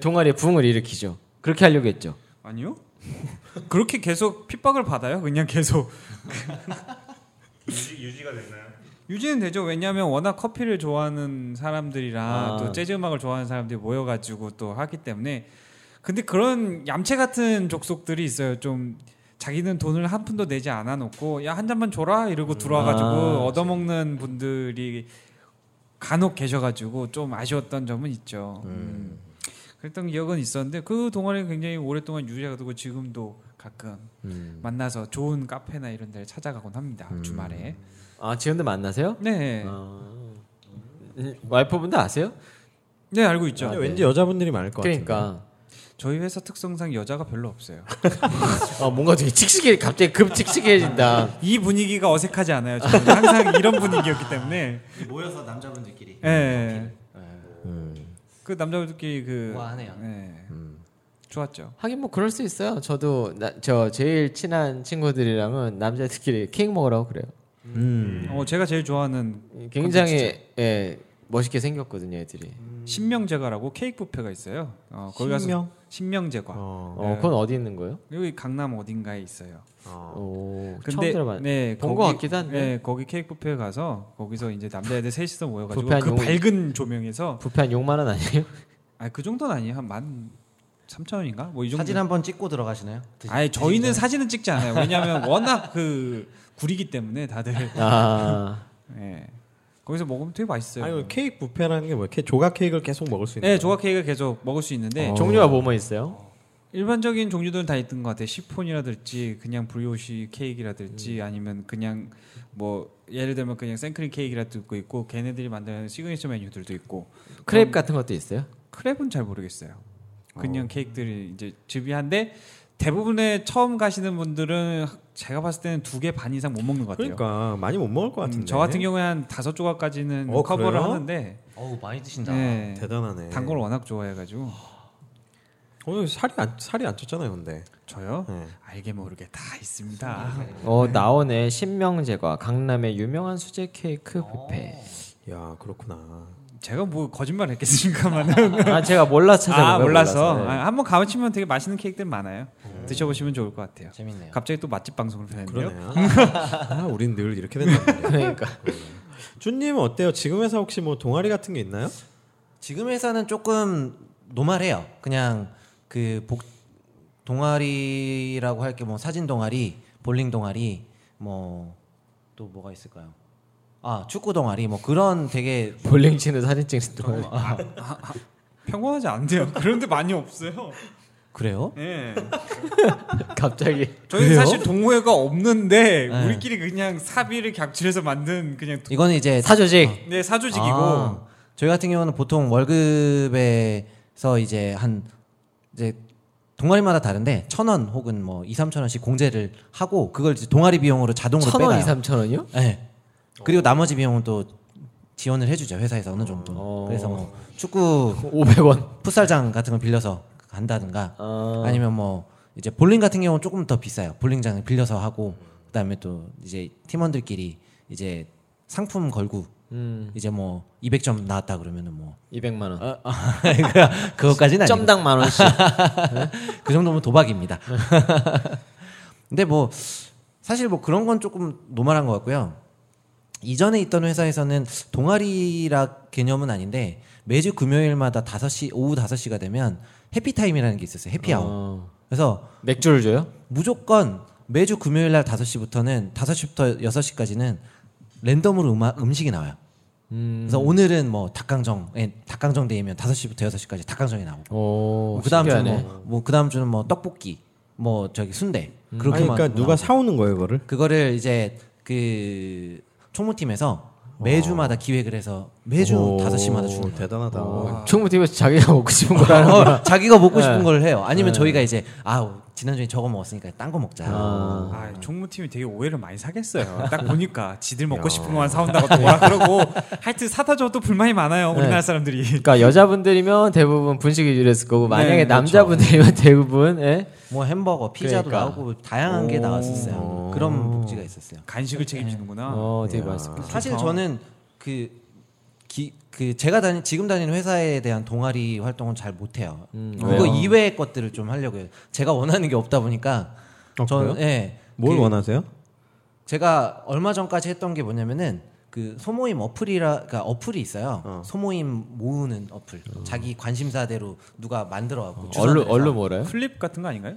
Speaker 2: 동아리의 부흥을 일으키죠. 그렇게 하려고 했죠.
Speaker 3: 아니요. 그렇게 계속 핍박을 받아요. 그냥 계속
Speaker 4: 유지, 유지가 됐나요?
Speaker 3: 유지는 되죠. 왜냐하면 워낙 커피를 좋아하는 사람들이랑
Speaker 2: 아.
Speaker 3: 또 재즈 음악을 좋아하는 사람들이 모여가지고 또 하기 때문에 근데 그런 얌체 같은 족속들이 있어요. 좀 자기는 돈을 한 푼도 내지 않아 놓고 야 한 잔만 줘라 이러고 들어와가지고
Speaker 2: 아.
Speaker 3: 얻어먹는 분들이 간혹 계셔가지고 좀 아쉬웠던 점은 있죠. 음. 그랬던 기억은 있었는데 그 동아리는 굉장히 오랫동안 유지가 되고 지금도 가끔
Speaker 2: 음.
Speaker 3: 만나서 좋은 카페나 이런 데를 찾아가곤 합니다. 주말에.
Speaker 2: 아 지금도 만나세요?
Speaker 3: 네.
Speaker 2: 아, 음, 와이프분도 아세요?
Speaker 3: 네, 알고 있죠.
Speaker 2: 아,
Speaker 1: 근데 왠지 여자분들이 많을 것 같은데.
Speaker 2: 그러니까
Speaker 3: 저희 회사 특성상 여자가 별로 없어요.
Speaker 2: 아, 뭔가 되게 칙칙해 갑자기 급 칙칙해진다.
Speaker 3: 이 분위기가 어색하지 않아요. 저는 항상 이런 분위기였기 때문에.
Speaker 5: 모여서 남자분들끼리.
Speaker 3: 예. 네.
Speaker 1: 음.
Speaker 3: 그 남자분들끼리 그
Speaker 5: 우아하네요.
Speaker 3: 네.
Speaker 1: 음.
Speaker 3: 좋았죠.
Speaker 2: 하긴 뭐 그럴 수 있어요. 저도 나- 저 제일 친한 친구들이랑은 남자들끼리 케이크 먹으라고 그래요.
Speaker 1: 음.
Speaker 3: 어, 제가 제일 좋아하는
Speaker 2: 굉장히 예, 멋있게 생겼거든요, 애들이.
Speaker 5: 음.
Speaker 3: 신명제과라고 케이크 뷔페가 있어요. 어, 거기 가서
Speaker 1: 신명?
Speaker 3: 신명제과.
Speaker 1: 어.
Speaker 2: 어, 그건 어디 있는 거예요?
Speaker 3: 여기 강남 어딘가에 있어요.
Speaker 1: 어.
Speaker 2: 오, 처음 들어봤네.
Speaker 3: 네,
Speaker 2: 본것
Speaker 3: 거기-
Speaker 2: 같기도 한데.
Speaker 3: 네, 거기 케이크 뷔페 가서 거기서 이제 남자애들 셋이서 모여가지고
Speaker 2: 뷔페 한
Speaker 3: 그
Speaker 2: 용-
Speaker 3: 밝은 조명에서
Speaker 2: 부패 한 6만 원 아니에요?
Speaker 3: 아 그 정도는 아니에요 한 만 삼천 원인가 뭐 이 정도.
Speaker 5: 사진 한번 찍고 들어가시나요? 드시-
Speaker 3: 아니 저희는
Speaker 5: 드시기
Speaker 3: 사진은 찍지 않아요. 왜냐하면 워낙 그 구리기 때문에 다들
Speaker 2: 아,
Speaker 3: 예. 거기서 먹으면 되게 맛있어요.
Speaker 1: 아니 케이크 뷔페라는 게 뭐야? 케- 조각 케이크를 계속 먹을 수 있는.
Speaker 3: 네,
Speaker 1: 거야?
Speaker 3: 조각 케이크 계속 먹을 수
Speaker 5: 어.
Speaker 3: 있는데
Speaker 2: 네. 종류가 뭐뭐 있어요?
Speaker 3: 일반적인 종류들은 다 있던 것 같아요. 시폰이라든지 그냥 브리오시
Speaker 5: 음.
Speaker 3: 케이크라든지 아니면 그냥 뭐 예를 들면 그냥 생크림 케이크라도 있고 걔네들이 만드는 시그니처 메뉴들도 있고
Speaker 2: 크랩 같은 것도 있어요?
Speaker 3: 크랩은 잘 모르겠어요. 그냥 케이크들이 이제 집이한데 대부분의 처음 가시는 분들은 제가 봤을 때는 두 개 반 이상 못 먹는 것 같아요.
Speaker 1: 그러니까 많이 못 먹을 것 같은데.
Speaker 3: 음, 저 같은 경우에 한 다섯 조각까지는
Speaker 1: 어,
Speaker 3: 커버를
Speaker 1: 그래요?
Speaker 3: 하는데
Speaker 5: 전에. 어우 많이 드신다.
Speaker 3: 네,
Speaker 1: 대단하네.
Speaker 3: 단걸 워낙 좋아해가지고
Speaker 1: 어, 살이 안 살이 안 쪘잖아요, 근데.
Speaker 3: 저요
Speaker 1: 네.
Speaker 3: 알게 모르게 다 있습니다.
Speaker 2: 어, 나온의 신명제과 강남의 유명한 수제 케이크 뷔페.
Speaker 1: 네. 야, 그렇구나.
Speaker 3: 제가 뭐 거짓말 했겠습니까만은
Speaker 2: 아, 제가 몰라 찾아본
Speaker 3: 아
Speaker 2: 거예요,
Speaker 3: 몰라서
Speaker 2: 몰라서. 네.
Speaker 3: 아, 한번 가보시면 되게 맛있는 케이크들 많아요. 드셔보시면 좋을 것 같아요.
Speaker 5: 재밌네요.
Speaker 3: 갑자기 또 맛집 방송을 변했네요.
Speaker 1: 음. 그러네요. 아, 우린 늘 이렇게 된단 말이야.
Speaker 2: 그러니까
Speaker 1: 준님은 어때요? 지금 회사 혹시 뭐 동아리 같은 게 있나요?
Speaker 5: 지금 회사는 조금 노말해요. 그냥 그 복, 동아리라고 할 게 뭐 사진 동아리, 볼링 동아리, 뭐 또 뭐가 있을까요? 아 축구 동아리 뭐 그런 되게 어.
Speaker 2: 볼링 치는 사진 찍는 동안
Speaker 3: 평범하지 않네요. 그런데 많이 없어요.
Speaker 5: 그래요?
Speaker 3: 예.
Speaker 2: 갑자기
Speaker 3: 저희는 사실 동호회가 없는데
Speaker 5: 네.
Speaker 3: 우리끼리 그냥 사비를 객출해서 만든 그냥 도-
Speaker 5: 이거는 이제
Speaker 2: 사조직.
Speaker 3: 네 사조직이고
Speaker 5: 아, 저희 같은 경우는 보통 월급에서 이제 한 이제 동아리마다 다른데 천 원 혹은 뭐 2, 3천 원씩 공제를 하고 그걸 이제 동아리 비용으로 자동으로
Speaker 2: 천 원,
Speaker 5: 빼가요.
Speaker 2: 이삼천 원이요?
Speaker 5: 네. 그리고 나머지 비용은 또 지원을 해주죠 회사에서 어느 정도.
Speaker 2: 어.
Speaker 5: 그래서 뭐 축구
Speaker 2: 500원.
Speaker 5: 풋살장 같은 걸 빌려서 간다든가 아니면 뭐 이제 볼링 같은 경우는 조금 더 비싸요. 볼링장을 빌려서 하고 그다음에 또 이제 팀원들끼리 이제 상품 걸고 이제 뭐 200점 나왔다 그러면은 뭐
Speaker 2: 200만 원.
Speaker 5: 그것까지는 아니고
Speaker 2: 점당 만 원씩.
Speaker 5: 그 정도면 도박입니다. 근데 뭐 사실 뭐 그런 건 조금 노멀한 것 같고요. 이전에 있던 회사에서는 동아리라 개념은 아닌데 매주 금요일마다 5시 오후 5시가 되면 해피타임이라는 게 있었어요. 해피아워.
Speaker 2: 어.
Speaker 5: 그래서
Speaker 2: 맥주를 줘요?
Speaker 5: 무조건 매주 금요일 날 5시부터는 5시부터 6시까지는 랜덤으로 음악, 음식이 나와요. 그래서 오늘은 뭐 닭강정, 예, 닭강정 데이면 5시부터 6시까지 닭강정이 나오고
Speaker 2: 오.
Speaker 5: 그 다음 주는
Speaker 2: 신기하네.
Speaker 5: 뭐, 뭐 그다음 주는 뭐 떡볶이, 뭐 저기 순대
Speaker 1: 아니,
Speaker 5: 그렇게만
Speaker 1: 그러니까 누가
Speaker 5: 나오고.
Speaker 1: 사오는 거예요, 그거를?
Speaker 5: 그거를 이제 그 총무팀에서 매주마다 기획을 해서 매주
Speaker 1: 오,
Speaker 5: 5시마다 주는 거예요.
Speaker 1: 대단하다.
Speaker 5: 아.
Speaker 2: 총무팀에서 어. 자기가 먹고 싶은 거라는 거.
Speaker 5: 어, 자기가 먹고 싶은
Speaker 2: 네.
Speaker 5: 걸 해요. 아니면 저희가 이제 아 지난주에 저거 먹었으니까 딴 거 먹자.
Speaker 2: 아.
Speaker 3: 아, 종무팀이 되게 오해를 많이 사겠어요. 딱 보니까 지들 먹고 싶은 것만 사온다고 또 뭐라 그러고 하여튼 사다 줘도 불만이 많아요. 우리나라 사람들이.
Speaker 2: 그러니까 여자분들이면 대부분 분식 위주로 했을 거고 만약에
Speaker 3: 네, 그렇죠.
Speaker 2: 남자분들이면 대부분 예?
Speaker 5: 뭐 햄버거, 피자도
Speaker 2: 그러니까.
Speaker 5: 나오고 다양한 게 나왔었어요. 그런 복지가 있었어요.
Speaker 3: 간식을 책임지는구나.
Speaker 2: 어 되게 맛있을
Speaker 3: 아,
Speaker 2: 것
Speaker 5: 사실 저는 그, 기, 그 제가 다니 지금 다니는 회사에 대한 동아리 활동은 잘 못해요. 그거
Speaker 2: 왜요?
Speaker 5: 이외의 것들을 좀 하려고 해요. 제가 원하는 게 없다 보니까
Speaker 1: 어,
Speaker 5: 저는
Speaker 1: 그래요?
Speaker 5: 예,
Speaker 1: 뭘
Speaker 5: 그
Speaker 1: 원하세요?
Speaker 5: 제가 얼마 전까지 했던 게 뭐냐면은 그 소모임 어플이라 그러니까 어플이 있어요. 소모임 모으는 어플. 자기 관심사대로 누가 만들어 갖고
Speaker 2: 같아요. 얼루 얼루 뭐래요?
Speaker 3: 플립 같은 거 아닌가요?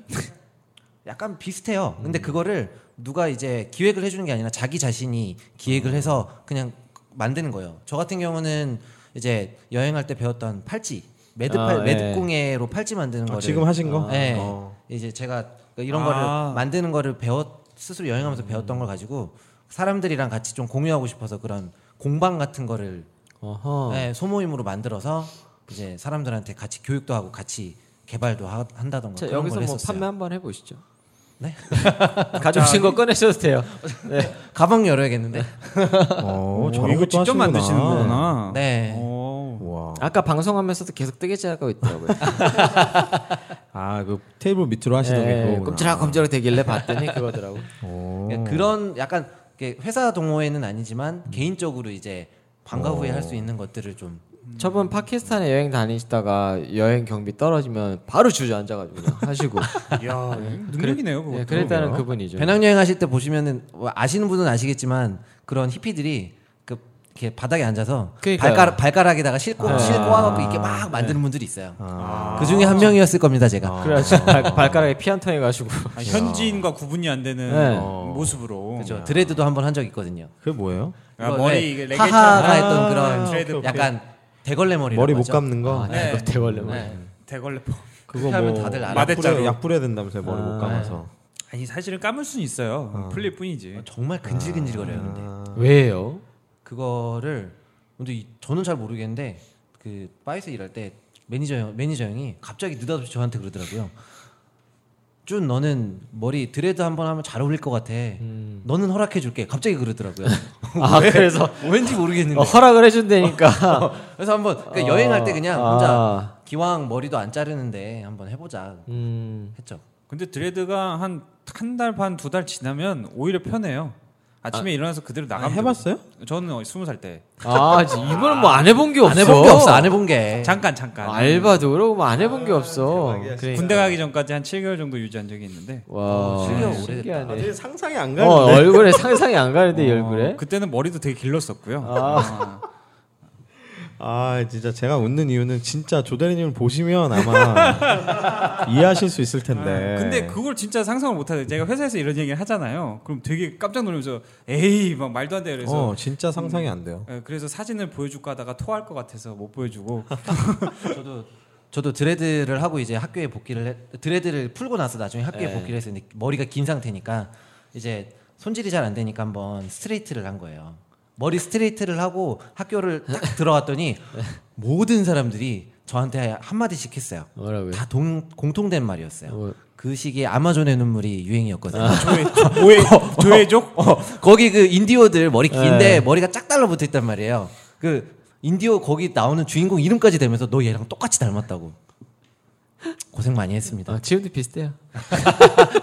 Speaker 5: 약간 비슷해요. 근데
Speaker 2: 음.
Speaker 5: 그거를 누가 이제 기획을 해주는 게 아니라 자기 자신이
Speaker 2: 아.
Speaker 5: 기획을 해서 그냥 만드는 거예요. 저 같은 경우는 이제 여행할 때 배웠던 팔찌, 매듭팔,
Speaker 2: 아, 예.
Speaker 5: 매듭공예로 팔찌 만드는
Speaker 1: 아,
Speaker 5: 거를
Speaker 1: 지금 하신 거?
Speaker 5: 네.
Speaker 1: 어.
Speaker 5: 이제 제가 이런
Speaker 3: 아.
Speaker 5: 거를 만드는 거를 배웠 스스로 여행하면서 배웠던
Speaker 2: 음.
Speaker 5: 걸 가지고 사람들이랑 같이 좀 공유하고 싶어서 그런 공방 같은 거를
Speaker 2: 어허.
Speaker 5: 네, 소모임으로 만들어서 이제 사람들한테 같이 교육도 하고 같이 개발도 하- 한다던가
Speaker 2: 자,
Speaker 5: 그런
Speaker 2: 여기서
Speaker 5: 걸
Speaker 2: 뭐
Speaker 5: 했었어요.
Speaker 2: 판매 한번 해보시죠.
Speaker 5: 네?
Speaker 2: 가져오신 거 꺼내셔도 돼요.
Speaker 5: 가방 열어야겠는데.
Speaker 1: 어,
Speaker 3: 오,
Speaker 1: 저런
Speaker 3: 이거
Speaker 1: 것도
Speaker 3: 직접
Speaker 1: 하시는구나.
Speaker 3: 만드시는 거구나. 어,
Speaker 5: 네.
Speaker 3: 오.
Speaker 1: 와.
Speaker 2: 어. 아까 방송하면서도 계속 뜨개질 하고 있더라고요.
Speaker 1: 아, 그 테이블 밑으로 하시던 게
Speaker 2: 예,
Speaker 1: 그거구나.
Speaker 2: 꼼지락꼼지락 되길래 봤더니 그거더라고.
Speaker 1: 오.
Speaker 5: 그러니까 그런 약간 이렇게 회사 동호회는 아니지만 개인적으로 이제 방과 후에 할 수 있는 것들을 좀
Speaker 2: 음. 저번 파키스탄에 여행 다니시다가 여행 경비 떨어지면 바로 주저앉아가지고 그냥 하시고.
Speaker 3: 야, 아, 능력이네요, 그거.
Speaker 2: 예, 그랬다는 그분이죠.
Speaker 5: 배낭여행 하실 때 보시면은 뭐 아시는 분은 아시겠지만 그런 히피들이 그 이렇게 바닥에 앉아서
Speaker 2: 그러니까요.
Speaker 5: 발가락, 발가락에다가 실고
Speaker 2: 네. 아.
Speaker 5: 실고 하고 이렇게 막 만드는 분들이 있어요. 그 중에 한 명이었을 겁니다 제가.
Speaker 3: 어.
Speaker 2: 그래가지고 그렇죠. 발, 발가락에 피 한 통이 가지고.
Speaker 3: 아, 현지인과 구분이 안 되는
Speaker 2: 네.
Speaker 3: 어, 모습으로.
Speaker 5: 그죠. 드레드도 한 번 한 적 있거든요.
Speaker 1: 그게 뭐예요?
Speaker 3: 아,
Speaker 5: 이거 왜
Speaker 3: 머리 이게 레게처럼
Speaker 5: 하하가
Speaker 1: 아,
Speaker 5: 했던
Speaker 3: 드레드.
Speaker 5: 그런
Speaker 1: 오케이,
Speaker 5: 약간 대걸레 머리 아,
Speaker 1: 머리 못 감는 거?
Speaker 3: 네.
Speaker 2: 이거 대걸레 말.
Speaker 5: 네.
Speaker 3: 대걸레포.
Speaker 1: 그거
Speaker 5: 하면
Speaker 1: 뭐
Speaker 5: 다들 알아요.
Speaker 1: 약 뿌려-
Speaker 3: 마대자루.
Speaker 1: 약 뿌려야 된다면서요, 머리 못 감아서.
Speaker 3: 아니 사실은 감을 수는 있어요. 플립 뿐이지.
Speaker 5: 정말 근질근질거려요. 근데
Speaker 3: 아.
Speaker 2: 왜요?
Speaker 5: 그거를 근데 이- 저는 잘 모르겠는데 그 바에서 일할 때 매니저 형, 매니저 형이 갑자기 느닷없이 저한테 그러더라고요. 준 너는 머리 드레드 한번 하면 잘 어울릴 것 같아. 너는 허락해 줄게. 갑자기 그러더라고요.
Speaker 2: 아 그래서
Speaker 5: 왠지 모르겠는데.
Speaker 2: 어, 허락을 해준다니까.
Speaker 5: 그래서 한번 그러니까 여행할 때 그냥
Speaker 2: 아.
Speaker 5: 혼자 기왕 머리도 안 자르는데 한번 해보자
Speaker 2: 음.
Speaker 5: 했죠.
Speaker 3: 근데 드레드가 한 한 달 반 두 달 지나면 오히려 편해요. 아침에 일어나서 그대로
Speaker 1: 아,
Speaker 3: 나가면
Speaker 1: 해봤어요?
Speaker 3: 되거든요. 저는 스무 살 때.
Speaker 2: 아 진짜 이분은 뭐 안 해본 게 없어.
Speaker 5: 안 해본 게 없어. 안 해본 게.
Speaker 3: 잠깐 잠깐.
Speaker 2: 알바도 그러고 뭐 안 해본 게 없어. 그래.
Speaker 3: 군대 가기 전까지 한 7개월 정도 유지한 적이 있는데.
Speaker 2: 와.
Speaker 5: 실력
Speaker 2: 신기하네.
Speaker 1: 아직 상상이 안
Speaker 2: 어
Speaker 1: 가는데.
Speaker 2: 얼굴에 상상이 안 가는데 이
Speaker 3: 어,
Speaker 2: 얼굴에.
Speaker 3: 그때는 머리도 되게 길렀었고요. 아.
Speaker 1: 아 진짜 제가 웃는 이유는 진짜 조대리님을 보시면 아마 이해하실 수 있을 텐데.
Speaker 3: 근데 그걸 진짜 상상을 못하는데 제가 회사에서 이런 얘기를 하잖아요. 그럼 되게 깜짝 놀면서 에이 막 말도 안 돼. 그래서
Speaker 1: 어 진짜 상상이 안 돼요.
Speaker 3: 예, 그래서 사진을 보여줄까 하다가 토할 것 같아서 못 보여주고
Speaker 5: 저도 저도 드레드를 하고 이제 학교에 복귀를 했, 드레드를 풀고 나서 나중에 학교에 복귀를 했었는데 머리가 긴 상태니까 이제 손질이 잘 안 되니까 한번 스트레이트를 한 거예요. 머리 스트레이트를 하고 학교를 딱 들어갔더니 모든 사람들이 저한테 한 마디씩 했어요.
Speaker 2: 뭐라고요?
Speaker 5: 다 동, 공통된 말이었어요.
Speaker 2: 뭐.
Speaker 5: 그 시기에 아마존의 눈물이 유행이었거든요.
Speaker 3: 조회 조회족
Speaker 5: 어, 거기 그 인디오들 머리 긴데 머리가 짝 달라붙어 있단 말이에요. 그 인디오 거기 나오는 주인공 이름까지 되면서 너 얘랑 똑같이 닮았다고. 고생 많이 했습니다.
Speaker 2: 아, 지금도 비슷해요.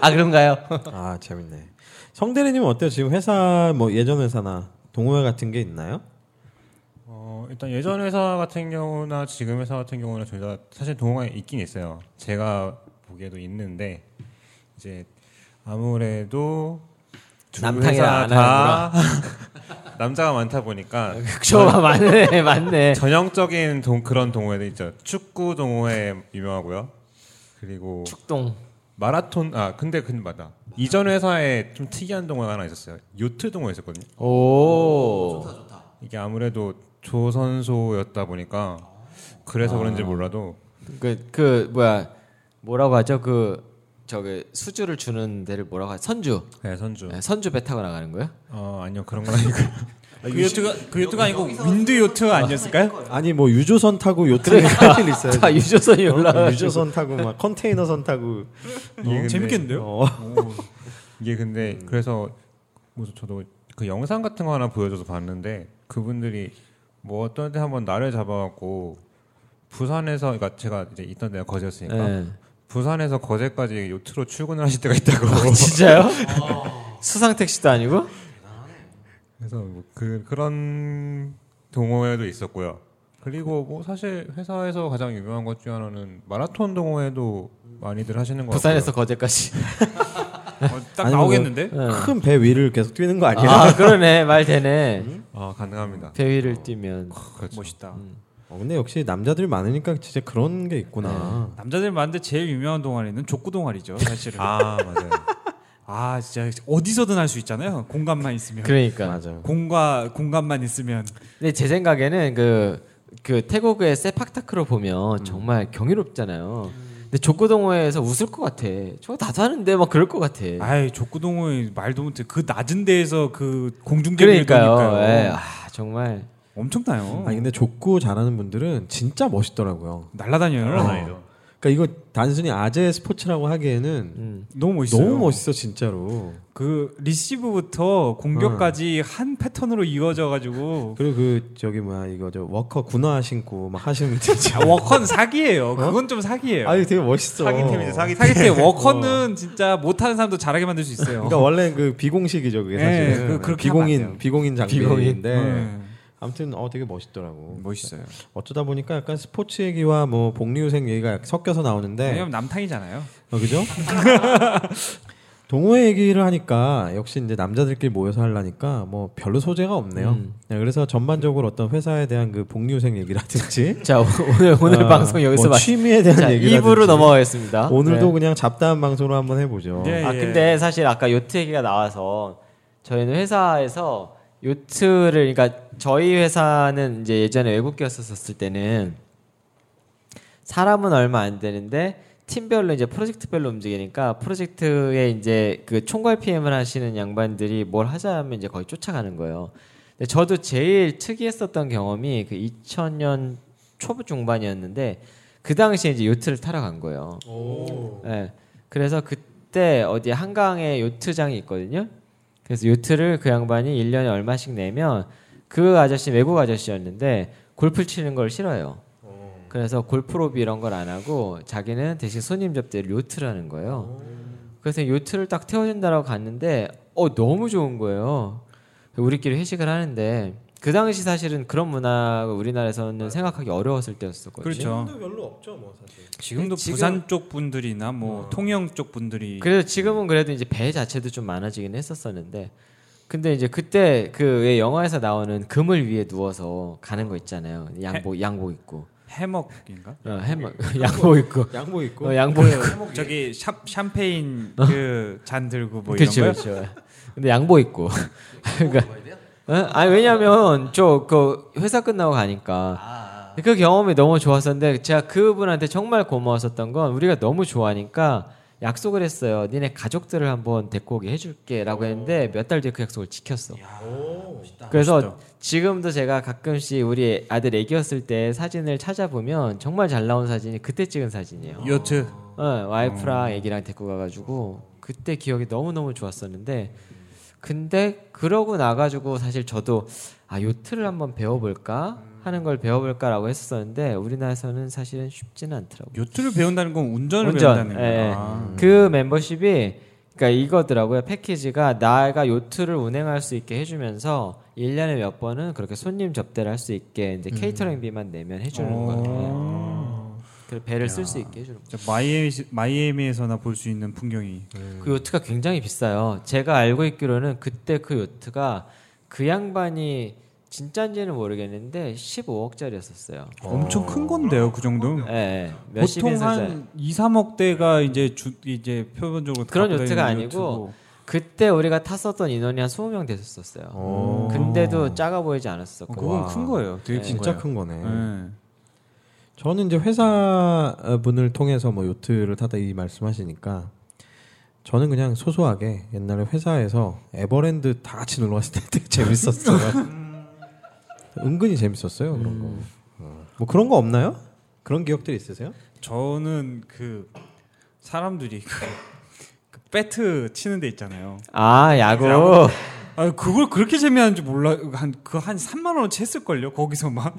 Speaker 5: 아 그런가요?
Speaker 1: 아 재밌네. 성대리님은 어때요? 지금 회사 뭐 예전 회사나 동호회 같은 게 있나요?
Speaker 4: 어, 일단 예전 회사 같은 경우나 지금 회사 같은 경우나 둘 다 사실 동호회 있긴 있어요. 제가 보기에도 있는데 이제 아무래도 두
Speaker 2: 남탕이라
Speaker 4: 회사
Speaker 2: 안
Speaker 4: 다 남자가 많다 보니까
Speaker 2: 극쇼가 네. 많네, 맞네.
Speaker 4: 전형적인 동, 그런 동호회도 있죠. 축구 동호회 유명하고요. 그리고
Speaker 2: 축동.
Speaker 4: 마라톤 아 근데 근데 맞다. 이전 회사에 좀 특이한 동호회가 하나 있었어요. 요트 동호회 있었거든요.
Speaker 2: 오.
Speaker 4: 이게 아무래도 조선소였다 보니까 그래서 그런지 몰라도
Speaker 2: 그, 그, 뭐야, 뭐라고 하죠? 그, 저기, 수주를 주는 데를 뭐라고 하죠? 선주.
Speaker 4: 네, 선주.
Speaker 2: 네, 선주 배 타고 나가는 거예요?
Speaker 4: 어 아니요 그런 건 아니고
Speaker 3: 그 요트가 그 요트가 아니고 윈드 요트 아니었을까요?
Speaker 1: 아니 뭐 유조선 타고 요트 그 있어요.
Speaker 2: 다 유조선이 올라가.
Speaker 1: 어, 유조선 타고 막 컨테이너선 타고
Speaker 4: 이게 예, 근데,
Speaker 3: 재밌겠는데요?
Speaker 1: 어.
Speaker 4: 이게 근데 그래서 무슨 저도 그 영상 같은 거 하나 보여줘서 봤는데 그분들이 뭐 어떤 데 한번 나를 잡아갖고 부산에서 그러니까 제가 이제 있던 데가 거제였으니까
Speaker 2: 네.
Speaker 4: 부산에서 거제까지 요트로 출근을 하실 때가 있다고
Speaker 2: 아, 진짜요? 어. 수상 택시도
Speaker 1: 뭐
Speaker 2: 아니고?
Speaker 4: 그래서 뭐 그, 그런 동호회도 있었고요. 그리고 뭐 사실 회사에서 가장 유명한 것 중 하나는 마라톤 동호회도 많이들 하시는 것
Speaker 2: 부산에서
Speaker 4: 같고요.
Speaker 2: 거제까지.
Speaker 3: 어, 딱
Speaker 1: 아니,
Speaker 3: 나오겠는데?
Speaker 1: 큰 배 위를 계속 뛰는 거 아니야?
Speaker 2: 아, 그러네. 말 되네.
Speaker 4: 아 가능합니다.
Speaker 2: 배 위를 뛰면.
Speaker 1: 음.
Speaker 4: 그렇죠.
Speaker 3: 멋있다.
Speaker 1: 어, 근데 역시 남자들이 많으니까 진짜 그런 게 있구나. 어.
Speaker 3: 남자들 많은데 제일 유명한 동아리는 족구 동아리죠, 사실은. 아,
Speaker 4: 아 맞아요.
Speaker 3: 진짜 어디서든 할 수 있잖아요. 공간만 있으면.
Speaker 2: 그러니까.
Speaker 1: 맞아요.
Speaker 3: 공과 공간만 있으면
Speaker 2: 근데 제 생각에는 그, 그 태국의 세팍타크로
Speaker 1: 음.
Speaker 2: 보면 정말 경이롭잖아요. 근데 족구동호회에서 웃을 것 같아. 저거 나도 하는데 막 그럴 것 같아.
Speaker 3: 아이 족구 동호회 말도 못해 그 낮은 데에서 그 공중 대회를
Speaker 2: 그러니까요.
Speaker 3: 도니까요.
Speaker 2: 예. 아, 정말.
Speaker 3: 엄청나요.
Speaker 1: 아니 근데 족구 잘하는 분들은 진짜 멋있더라고요.
Speaker 3: 날라다녀요.
Speaker 4: 아, 네. 어.
Speaker 1: 그러니까 이거 단순히 아재 스포츠라고 하기에는
Speaker 2: 음.
Speaker 3: 너무 멋있어요.
Speaker 1: 너무 멋있어 진짜로.
Speaker 3: 그 리시브부터 공격까지 한 패턴으로 이어져 가지고
Speaker 1: 그리고 그 저기 뭐야 이거 저 워커 군화 신고 막 하시는 분들
Speaker 3: 아, 워컨 사기예요. 그건 좀 사기예요.
Speaker 1: 아니 되게 멋있어.
Speaker 4: 사기팀이죠 사기.
Speaker 3: 사기 때 워컨은 진짜 못하는 사람도 잘하게 만들 수 있어요.
Speaker 1: 그러니까 원래 그 비공식이죠 그게
Speaker 3: 네,
Speaker 1: 사실.
Speaker 3: 그- 그렇게 하면 안 돼요.
Speaker 1: 비공인 비공인 장비인데
Speaker 3: 네.
Speaker 1: 아무튼 어 되게 멋있더라고.
Speaker 3: 멋있어요.
Speaker 1: 어쩌다 보니까 약간 스포츠 얘기와 뭐 복리후생 얘기가 섞여서
Speaker 2: 네.
Speaker 1: 나오는데
Speaker 3: 왜냐면 남탕이잖아요.
Speaker 1: 어, 그죠? 동호회 얘기를 하니까 역시 이제 남자들끼리 모여서 하려니까 뭐 별로 소재가 없네요. 네, 그래서 전반적으로 어떤 회사에 대한 그 복리후생 얘기라든지
Speaker 2: 자, 오- 오늘, 오늘
Speaker 1: 아,
Speaker 2: 방송 여기서
Speaker 1: 뭐
Speaker 2: 마치
Speaker 1: 취미에 대한
Speaker 2: 자,
Speaker 1: 얘기라든지
Speaker 2: 2부로 넘어가겠습니다.
Speaker 1: 오늘도
Speaker 2: 네.
Speaker 1: 그냥 잡다한 방송으로 한번 해보죠.
Speaker 3: 네.
Speaker 2: 아,
Speaker 3: 예.
Speaker 2: 근데 사실 아까 요트 얘기가 나와서 저희는 회사에서 요트를 그러니까 저희 회사는 이제 예전에 외국기였었을 때는 사람은 얼마 안 되는데 팀별로 이제 프로젝트별로 움직이니까 프로젝트에 이제 그 총괄 PM을 하시는 양반들이 뭘 하자면 이제 거의 쫓아가는 거예요. 근데 저도 제일 특이했었던 경험이 그 2000년 초부 중반이었는데 그 당시에 이제 요트를 타러 간 거예요. 예. 그래서 그때 어디 한강에 요트장이 있거든요. 그래서 요트를 그 양반이 1년에 얼마씩 내면 그 아저씨 외국 아저씨였는데 골프 치는 걸 싫어요. 그래서 골프로비 이런 걸 안 하고 자기는 대신 손님 접대를 요트라는 거예요. 그래서 요트를 딱 태워준다라고 갔는데 어 너무 좋은 거예요. 우리끼리 회식을 하는데 그 당시 사실은 그런 문화가 우리나라에서는 생각하기 어려웠을 때였었거든요.
Speaker 3: 그렇죠.
Speaker 1: 별로 없죠 뭐 사실.
Speaker 3: 지금도
Speaker 2: 네, 지금- 어.
Speaker 3: 부산 쪽 분들이나 뭐 통영 쪽 분들이
Speaker 2: 그래서 지금은 그래도 이제 배 자체도 좀 많아지긴 했었었는데 근데 이제 그때 그 왜 영화에서 나오는 그물 위에 누워서 가는 거 있잖아요 양복 양복 입고
Speaker 3: 해먹인가?
Speaker 2: 어, 해머 양복 입고
Speaker 1: 양복 입고
Speaker 2: 어, 양복 입고
Speaker 3: 저기 샴, 샴페인 그 잔 들고 뭐 이런
Speaker 2: 어. 그렇죠
Speaker 3: 거요?
Speaker 2: 그렇죠 근데 양복 입고 그러니까 어? 아니 왜냐면 저 그 회사 끝나고 가니까 그 경험이 너무 좋았었는데 제가 그분한테 정말 고마웠었던 건 우리가 너무 좋아하니까 약속을 했어요. 니네 가족들을 한번 데리고 오게 해줄게라고 했는데 몇 달 뒤에 그 약속을 지켰어. 그래서 지금도 제가 가끔씩 우리 아들 애기였을 때 사진을 찾아보면 정말 잘 나온 사진이 그때 찍은 사진이에요.
Speaker 3: 요트
Speaker 2: 어, 와이프랑 애기랑 데리고 가가지고 그때 기억이 너무 너무 좋았었는데 근데 그러고 나가지고 사실 저도 아 요트를 한번 배워볼까 하는 걸 배워볼까라고 했었는데 우리나라에서는 사실은 쉽지는 않더라고요.
Speaker 3: 요트를 배운다는 건 운전을
Speaker 2: 운전,
Speaker 3: 배운다는
Speaker 2: 예.
Speaker 3: 거야.
Speaker 2: 그 멤버십이 그러니까 이거더라고요. 패키지가 나가 요트를 운행할 수 있게 해주면서 1년에 몇 번은 그렇게 손님 접대를 할 수 있게 이제 케이터링비만 내면 해주는 거예요. 그래서 배를 쓸 수 있게 해주는 거예요.
Speaker 3: 진짜 마이애미 마이애미에서나 볼 수 있는 풍경이
Speaker 2: 그 요트가 굉장히 비싸요. 제가 알고 있기로는 그때 그 요트가 그 양반이 진짜인지는 모르겠는데 15억짜리였었어요.
Speaker 3: 엄청 큰 건데요, 그 정도는.
Speaker 2: 예, 예. 그렇죠. 몇십
Speaker 3: 보통
Speaker 2: 인승짜리.
Speaker 3: 한 2, 3억대가 이제 주 이제 표본적으로
Speaker 2: 그런
Speaker 3: 갖고
Speaker 2: 요트가
Speaker 3: 다니는
Speaker 2: 아니고
Speaker 3: 요트고.
Speaker 2: 그때 우리가 탔었던 인원이 한 20명 됐었어요.
Speaker 1: 오.
Speaker 2: 근데도 작아 보이지
Speaker 3: 어,
Speaker 2: 않았었고.
Speaker 3: 그건 큰 거예요. 되게 큰
Speaker 1: 진짜
Speaker 3: 거예요.
Speaker 1: 큰 거네.
Speaker 3: 네.
Speaker 1: 저는 이제 회사 분을 통해서 뭐 요트를 타다 이 말씀하시니까 저는 그냥 소소하게 옛날에 회사에서 에버랜드 다 같이 놀러 갔을 때 되게 재밌었어요. 은근히 재밌었어요 그런 거. 어. 뭐 그런 거 없나요? 그런 기억들이 있으세요?
Speaker 3: 저는 그 사람들이 그, 그 배트 치는 데 있잖아요.
Speaker 2: 아, 야구.
Speaker 3: 아 그걸 그렇게 재미하는지 몰라 한그한 3만 원 챘을 걸요 거기서만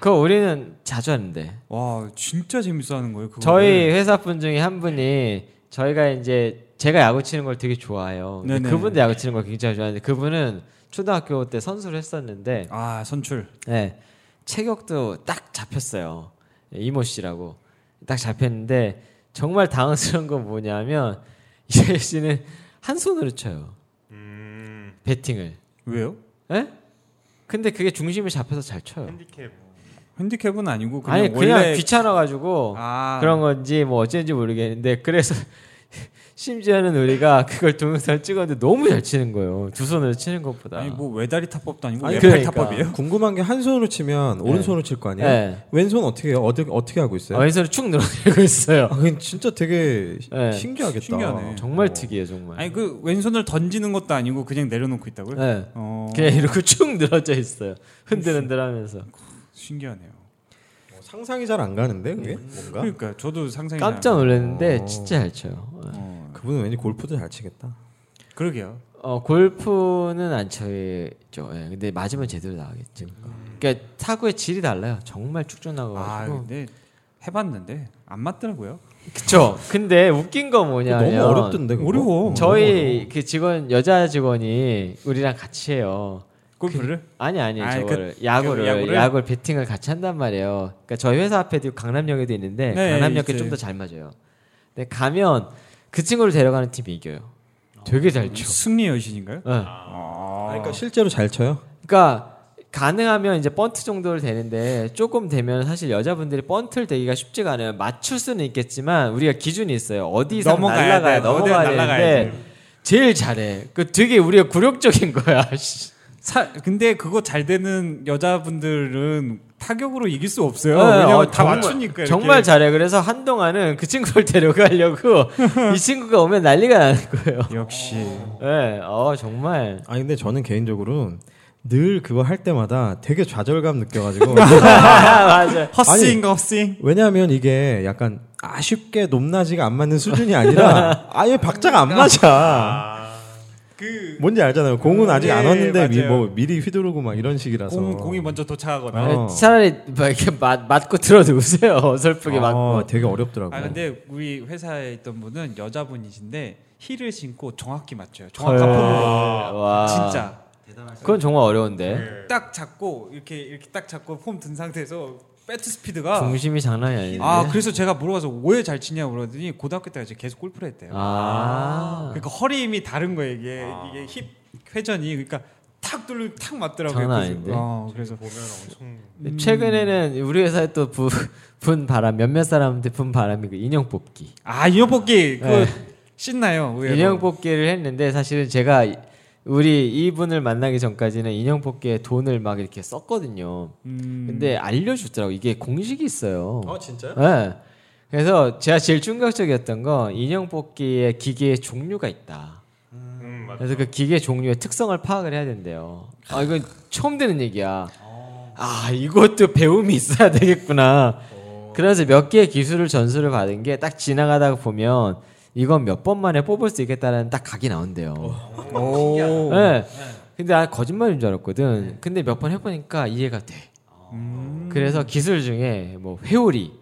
Speaker 2: 그거 우리는 자주 하는데.
Speaker 3: 와 진짜 재밌어 하는 거예요 그거
Speaker 2: 저희 회사 분 중에 한 분이 저희가 이제 제가 야구 치는 걸 되게 좋아해요. 근데
Speaker 3: 네네.
Speaker 2: 그분도 야구 치는 걸 굉장히 좋아하는데 그분은 초등학교 때 선수를 했었는데
Speaker 3: 아 선출
Speaker 2: 네, 체격도 딱 잡혔어요. 이모 씨라고 딱 잡혔는데 정말 당황스러운 건 뭐냐면 이재 씨는 한 손으로 쳐요.
Speaker 3: 음.
Speaker 2: 배팅을.
Speaker 3: 왜요?
Speaker 2: 예? 근데 그게 중심을 잡혀서 잘 쳐요.
Speaker 3: 핸디캡은 아니고 그냥
Speaker 2: 아니 그냥
Speaker 3: 원래
Speaker 2: 귀찮아가지고
Speaker 3: 아
Speaker 2: 그런 건지 뭐 어쩐지 모르겠는데 그래서 심지어는 우리가 그걸 동영상을 찍었는데 너무 잘 치는 거예요. 두 손으로 치는 것보다.
Speaker 3: 아니 뭐 외다리 타법도 아니고
Speaker 2: 아니,
Speaker 3: 외팔
Speaker 2: 그러니까.
Speaker 3: 타법이에요?
Speaker 1: 궁금한 게 한 손으로 치면
Speaker 2: 네.
Speaker 1: 오른손으로 칠 거 아니에요?
Speaker 2: 네. 아,
Speaker 1: 왼손 어떻게 해요? 어디, 어떻게 하고 있어요?
Speaker 2: 왼손을 축 늘어내고 있어요.
Speaker 1: 아, 그건 진짜 되게
Speaker 2: 네.
Speaker 1: 신기하겠다. 어,
Speaker 3: 신기하네.
Speaker 2: 정말 특이해요, 정말.
Speaker 3: 뭐. 아니 그 왼손을 던지는 것도 아니고 그냥 내려놓고 있다고요?
Speaker 2: 네.
Speaker 3: 어
Speaker 2: 그냥 이렇게 쭉 늘어져 있어요. 흔들흔들하면서
Speaker 3: 신기하네요.
Speaker 1: 어, 상상이 잘 안 가는데 그게 뭔가?
Speaker 3: 그러니까 저도 상상이
Speaker 2: 깜짝 놀랐는데
Speaker 1: 어.
Speaker 2: 진짜 잘 쳐요.
Speaker 3: 어,
Speaker 1: 그분은 왠지 골프도 잘 치겠다.
Speaker 3: 그러게요.
Speaker 2: 어 골프는 안 쳐죠. 예. 근데 맞으면 제대로 나가겠지.
Speaker 1: 음.
Speaker 2: 그러니까 타구의 질이 달라요. 정말
Speaker 3: 아
Speaker 2: 축전나가지고.
Speaker 3: 근데 해봤는데 안 맞더라고요.
Speaker 2: 그쵸. 근데 웃긴 거 뭐냐면
Speaker 1: 그 너무 어렵던데 그거? 음.
Speaker 3: 어려워.
Speaker 2: 저희 그 직원 여자 직원이 우리랑 같이 해요. 그-
Speaker 3: 골프를
Speaker 2: 아니 아니
Speaker 3: 아이,
Speaker 2: 저거를
Speaker 3: 그
Speaker 2: 야구를
Speaker 3: 야구를?
Speaker 2: 야구를 배팅을 같이 한단 말이에요. 그러니까 저희 회사 앞에도 강남역에도 있는데
Speaker 3: 네,
Speaker 2: 강남역에
Speaker 3: 이제.
Speaker 2: 좀 더 잘 맞아요. 근데 가면 그 친구를 데려가는 팀이 이겨요. 되게 잘 쳐.
Speaker 3: 승리
Speaker 2: 예.
Speaker 3: 여신인가요?
Speaker 1: 아, 그러니까 실제로 잘 쳐요?
Speaker 2: 그러니까 가능하면 이제 번트 정도를 되는데 조금 되면 사실 여자분들이 번트를 대기가 쉽지가 않아요. 맞출 수는 있겠지만 우리가 기준이 있어요. 어디 이상
Speaker 3: 넘어가야
Speaker 2: 날라가야
Speaker 3: 돼. 어디가
Speaker 2: 넘어가야
Speaker 3: 날라가야
Speaker 2: 되는데 제일 잘해. 그 되게 우리가 굴욕적인 거야. 씨.
Speaker 3: 사, 근데 그거 잘 되는 여자분들은 타격으로 이길 수 없어요.
Speaker 2: 네,
Speaker 3: 왜냐면
Speaker 2: 어,
Speaker 3: 다
Speaker 2: 정말-
Speaker 3: 맞추니까. 이렇게.
Speaker 2: 정말 잘해. 그래서 한동안은 그 친구를 데려가려고 이 친구가 오면 난리가 나는 거예요.
Speaker 3: 역시.
Speaker 2: 예, 어, 정말.
Speaker 1: 아 근데 저는 개인적으로 늘 그거 할 때마다 되게 좌절감 느껴가지고
Speaker 2: 맞아.
Speaker 3: 허스윙 허스윙.
Speaker 1: 왜냐하면 이게 약간 아쉽게 높낮이가 안 맞는 수준이 아니라 아예 박자가 안
Speaker 3: 그러니까.
Speaker 1: 맞아.
Speaker 3: 그
Speaker 1: 뭔지 알잖아요. 공은 아직 안
Speaker 3: 예,
Speaker 1: 왔는데 미,
Speaker 3: 맞아요.
Speaker 1: 뭐 미리 휘두르고 막 이런 식이라서
Speaker 3: 공, 공이 뭐 먼저 도착하거나.
Speaker 1: 어.
Speaker 2: 차라리 막 이렇게 맞, 맞고 들어도 우세요. 어설프게 맞고.
Speaker 1: 아, 되게 어렵더라고요.
Speaker 3: 아 근데 우리 회사에 있던 분은 여자분이신데 힐을 신고 정확히 맞춰요.
Speaker 2: 헐. 아.
Speaker 3: 정확한 폼으로.
Speaker 2: 와.
Speaker 3: 진짜
Speaker 2: 그건 정말 어려운데.
Speaker 3: 딱 잡고 이렇게 이렇게 딱 잡고 폼 든 상태에서 배트 스피드가
Speaker 2: 중심이 장난이 아닌데.
Speaker 3: 네. 아 그래서 제가 물어봐서 왜 잘 치냐고 물었더니 고등학교 때까지 계속 골프를 했대요.
Speaker 2: 아.
Speaker 3: 그러니까 허리 힘이 다른 거예요 이게 이게 힙 회전이 그러니까 탁 둘러 탁 맞더라고요.
Speaker 2: 장난
Speaker 3: 그래서-
Speaker 2: 아닌데?
Speaker 3: 어, 그래서
Speaker 4: 보면 엄청
Speaker 2: 근데 최근에는 우리 회사에 또 부, 분 바람, 몇몇 사람한테 분 바람이 그 인형 뽑기.
Speaker 3: 아 인형 뽑기 그거
Speaker 2: 네.
Speaker 3: 신나요. 의외로.
Speaker 2: 인형 뽑기를 했는데 사실은 제가 이- 우리 이분을 만나기 전까지는 인형 뽑기에 돈을 막 이렇게 썼거든요.
Speaker 3: 음,
Speaker 2: 근데 알려주더라고 이게 공식이 있어요.
Speaker 1: 어 진짜요?
Speaker 2: 네. 그래서 제가 제일 충격적이었던 건 인형 뽑기의 기계의 종류가 있다.
Speaker 4: 음, 맞-
Speaker 2: 그래서 그 기계 종류의 특성을 파악을 해야 된대요. 아 이건 처음 듣는 얘기야. 아 이것도 배움이 있어야 되겠구나. 그래서 몇 개의 기술을 전수를 받은 게 딱 지나가다가 보면 이건 몇 번 만에 뽑을 수 있겠다라는 딱 각이 나온대요.
Speaker 3: 어. 오. 네.
Speaker 2: 예. 근데 나 거짓말인 줄 알았거든. 근데 몇 번 해보니까 이해가 돼.
Speaker 3: 음.
Speaker 2: 그래서 기술 중에 뭐 회오리,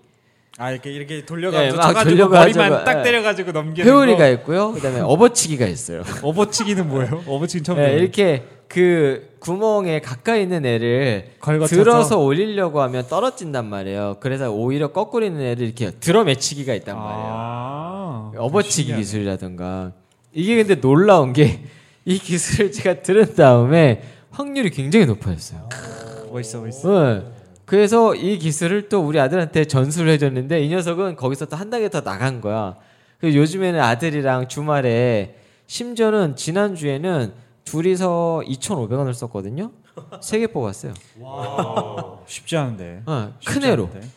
Speaker 3: 아 이렇게 이렇게
Speaker 2: 예,
Speaker 3: 돌려가지고
Speaker 2: 막
Speaker 3: 쳐가지고
Speaker 2: 돌려가지고,
Speaker 3: 머리만 딱
Speaker 2: 예.
Speaker 3: 때려가지고 넘기는
Speaker 2: 회오리가
Speaker 3: 거.
Speaker 2: 있고요. 그다음에 업어치기가 있어요.
Speaker 3: 어버치기는 뭐예요? 어버치기 처음
Speaker 2: 예,
Speaker 3: 들어요.
Speaker 2: 이렇게 그 구멍에 가까이 있는 애를
Speaker 3: 걸거쳐서?
Speaker 2: 들어서 올리려고 하면 떨어진단 말이에요. 그래서 오히려 거꾸로 있는 애를 이렇게 들어 매치기가 있단 말이에요.
Speaker 3: 아,
Speaker 2: 업어치기 기술이라든가 이게 근데 놀라운 게 이 기술을 제가 들은 다음에 확률이 굉장히 높아졌어요.
Speaker 3: 멋있어 멋있어.
Speaker 2: 네. 그래서 이 기술을 또 우리 아들한테 전수를 해줬는데 이 녀석은 거기서 또 한 단계 더 나간 거야. 그래서 요즘에는 아들이랑 주말에 심지어는 지난 주에는 둘이서 2,500원을 썼거든요. 세 개 뽑았어요.
Speaker 3: 쉽지 않은데.
Speaker 2: 어,
Speaker 3: 쉽지
Speaker 2: 큰 애로.
Speaker 3: 않은데.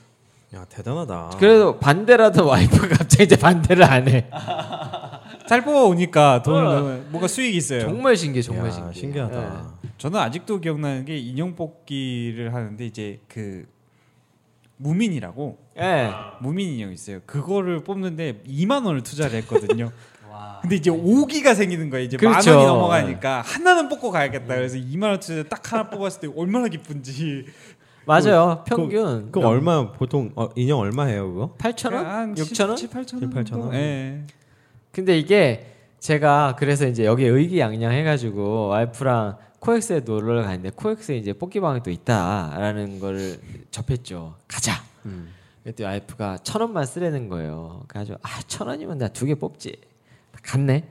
Speaker 1: 야 대단하다.
Speaker 2: 그래도 반대라던 와이프가 갑자기 이제 반대를 안 해.
Speaker 3: 잘 뽑아오니까 돈
Speaker 2: 어.
Speaker 3: 은 뭔가 수익이 있어요.
Speaker 2: 정말 신기해, 정말
Speaker 1: 야,
Speaker 2: 신기해. 네.
Speaker 1: 신기하다.
Speaker 3: 저는 아직도 기억나는 게 인형 뽑기를 하는데 이제 그 무민이라고
Speaker 2: 예.
Speaker 3: 무민 인형 있어요. 그거를 뽑는데 2만 원을 투자를 했거든요. 근데 이제 오기가 생기는 거예요. 이제
Speaker 2: 그렇죠.
Speaker 3: 만 원이 넘어가니까 하나는 뽑고 가야겠다. 그래서 2만 원 투자 딱 하나 뽑았을 때 얼마나 기쁜지.
Speaker 2: 맞아요. 평균
Speaker 1: 그 얼마 보통 어, 인형 얼마 해요 그거?
Speaker 2: 8,000원? 6,000원?
Speaker 3: 7, 8천
Speaker 1: 칠,
Speaker 3: 원?
Speaker 1: 팔천 원?
Speaker 3: 예.
Speaker 2: 근데 이게 제가 그래서 이제 여기 의기양양 해가지고 와이프랑 코엑스에 놀러 갔는데 코엑스에 이제 뽑기방이 또 있다라는 걸 접했죠. 가자.
Speaker 1: 음.
Speaker 2: 그랬더니 와이프가 천 원만 쓰라는 거예요. 그래가지고 아천 원이면 나 두 개 뽑지. 갔네.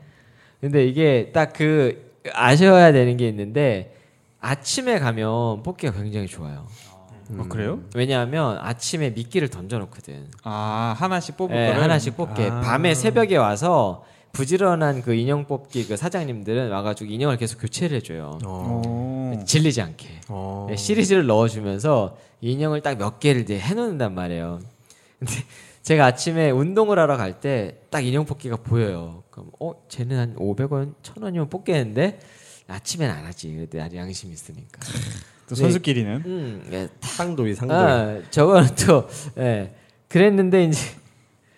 Speaker 2: 근데 이게 딱 그 아셔야 되는 게 있는데 아침에 가면 뽑기가 굉장히 좋아요.
Speaker 3: 아, 그래요?
Speaker 2: 왜냐하면 아침에 미끼를 던져놓거든.
Speaker 3: 아 하나씩 뽑을
Speaker 2: 예,
Speaker 3: 거를
Speaker 2: 하나씩 뽑게.
Speaker 1: 아.
Speaker 2: 밤에 새벽에 와서 부지런한 그 인형 뽑기 그 사장님들은 와가지고 인형을 계속 교체를 해줘요.
Speaker 1: 어.
Speaker 3: 오.
Speaker 2: 질리지 않게.
Speaker 1: 어.
Speaker 2: 예, 시리즈를 넣어주면서 인형을 딱 몇 개를 이제 해놓는단 말이에요. 근데 제가 아침에 운동을 하러 갈 때 딱 인형 뽑기가 보여요. 그럼 어 쟤는 한 500원, 1000원이면 뽑겠는데 아침엔 안 하지. 그래도 나 양심 이 있으니까.
Speaker 3: 또 선수끼리는
Speaker 2: 음, 예,
Speaker 1: 상도이 상도이.
Speaker 2: 아, 저거는 또 예. 그랬는데 이제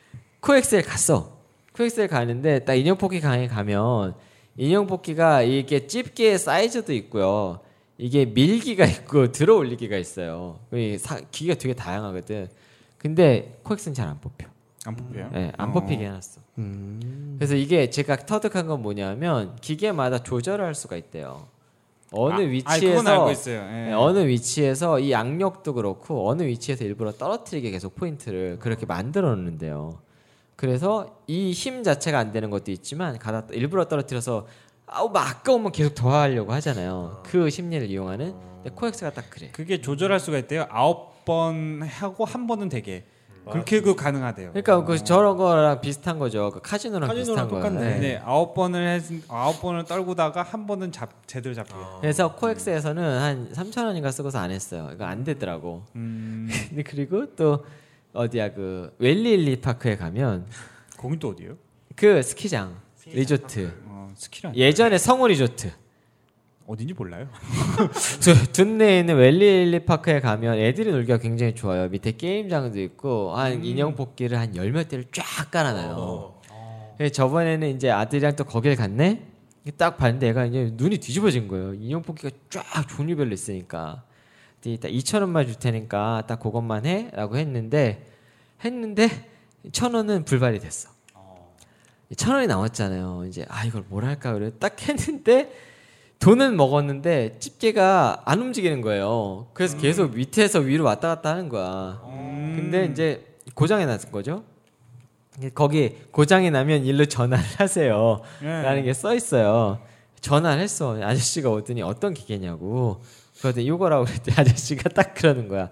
Speaker 2: 코엑스에 갔어. 코엑스에 가는데 딱 인형 뽑기 강에 가면 인형 뽑기가 이게 집게의 사이즈도 있고요. 이게 밀기가 있고 들어 올리기가 있어요. 이 사- 기가 되게 다양하거든. 근데 코엑스는 잘 안 뽑혀.
Speaker 3: 안 뽑혀요?
Speaker 2: 예, 안
Speaker 3: 어. 음.
Speaker 2: 뽑히게 해놨어. 그래서 이게 제가 터득한 건 뭐냐면 기계마다 조절을 할 수가 있대요. 어느
Speaker 3: 아, 아니,
Speaker 2: 위치에서
Speaker 3: 그건 알고 있어요. 예.
Speaker 2: 네, 어느 위치에서 이 양력도 그렇고 어느 위치에서 일부러 떨어뜨리게 계속 포인트를 그렇게 만들어 놓는데요. 그래서 이 힘 자체가 안 되는 것도 있지만 가다 일부러 떨어뜨려서 아우 막 아까우면 계속 더 하려고 하잖아요. 그 심리를 이용하는 근데 코엑스가 딱 그래.
Speaker 3: 그게 조절할 수가 있대요. 아홉 번 하고 한 번은 되게 그렇게 그 가능하대요.
Speaker 2: 그러니까 그 저런 거랑 비슷한 거죠. 그 카지노랑,
Speaker 1: 아. 카지노랑
Speaker 2: 비슷한 거예요.
Speaker 1: 똑같네.
Speaker 2: 네.
Speaker 3: 네, 아홉 번을 했, 아홉 번을 떨구다가 한 번은 잡 제대로 잡혀. 요
Speaker 2: 그래서 코엑스에서는 한 3천 원인가 쓰고서 안 했어요. 이거 안 되더라고.
Speaker 3: 음,
Speaker 2: 근데 그리고 또 어디야 그 웰리일리 파크에 가면
Speaker 3: 거긴 또 어디예요?
Speaker 2: 그 스키장, 리조트
Speaker 3: 어, 스키랑
Speaker 2: 예전에 성우 리조트
Speaker 3: 어딘지 몰라요.
Speaker 2: 두- 둔내에 있는 웰리일리 파크에 가면 애들이 놀기가 굉장히 좋아요 밑에 게임장도 있고 한 인형 뽑기를 한 열 몇 대를 쫙 깔아놔요 그래서 저번에는 이제 아들이랑 또 거길 갔네 딱 봤는데 애가 이제 눈이 뒤집어진 거예요 인형 뽑기가 쫙 종류별로 있으니까 근데 일단 2천 원만 줄 테니까 딱 그것만 해라고 했는데 했는데 천 원은 불발이 됐어 천 원이 남았잖아요 이제 아 이걸 뭘 할까 그래 딱 했는데 돈은 먹었는데 집게가 안 움직이는 거예요. 그래서 계속 밑에서 위로 왔다 갔다 하는 거야. 근데 이제 고장이 났을 거죠. 근데 거기 고장이 나면 일로 전화를 하세요.
Speaker 3: 네.
Speaker 2: 라는 게 써 있어요. 전화를 했어. 아저씨가 오더니 어떤 기계냐고. 그랬더니 이거라고 그랬더니 아저씨가 딱 그러는 거야.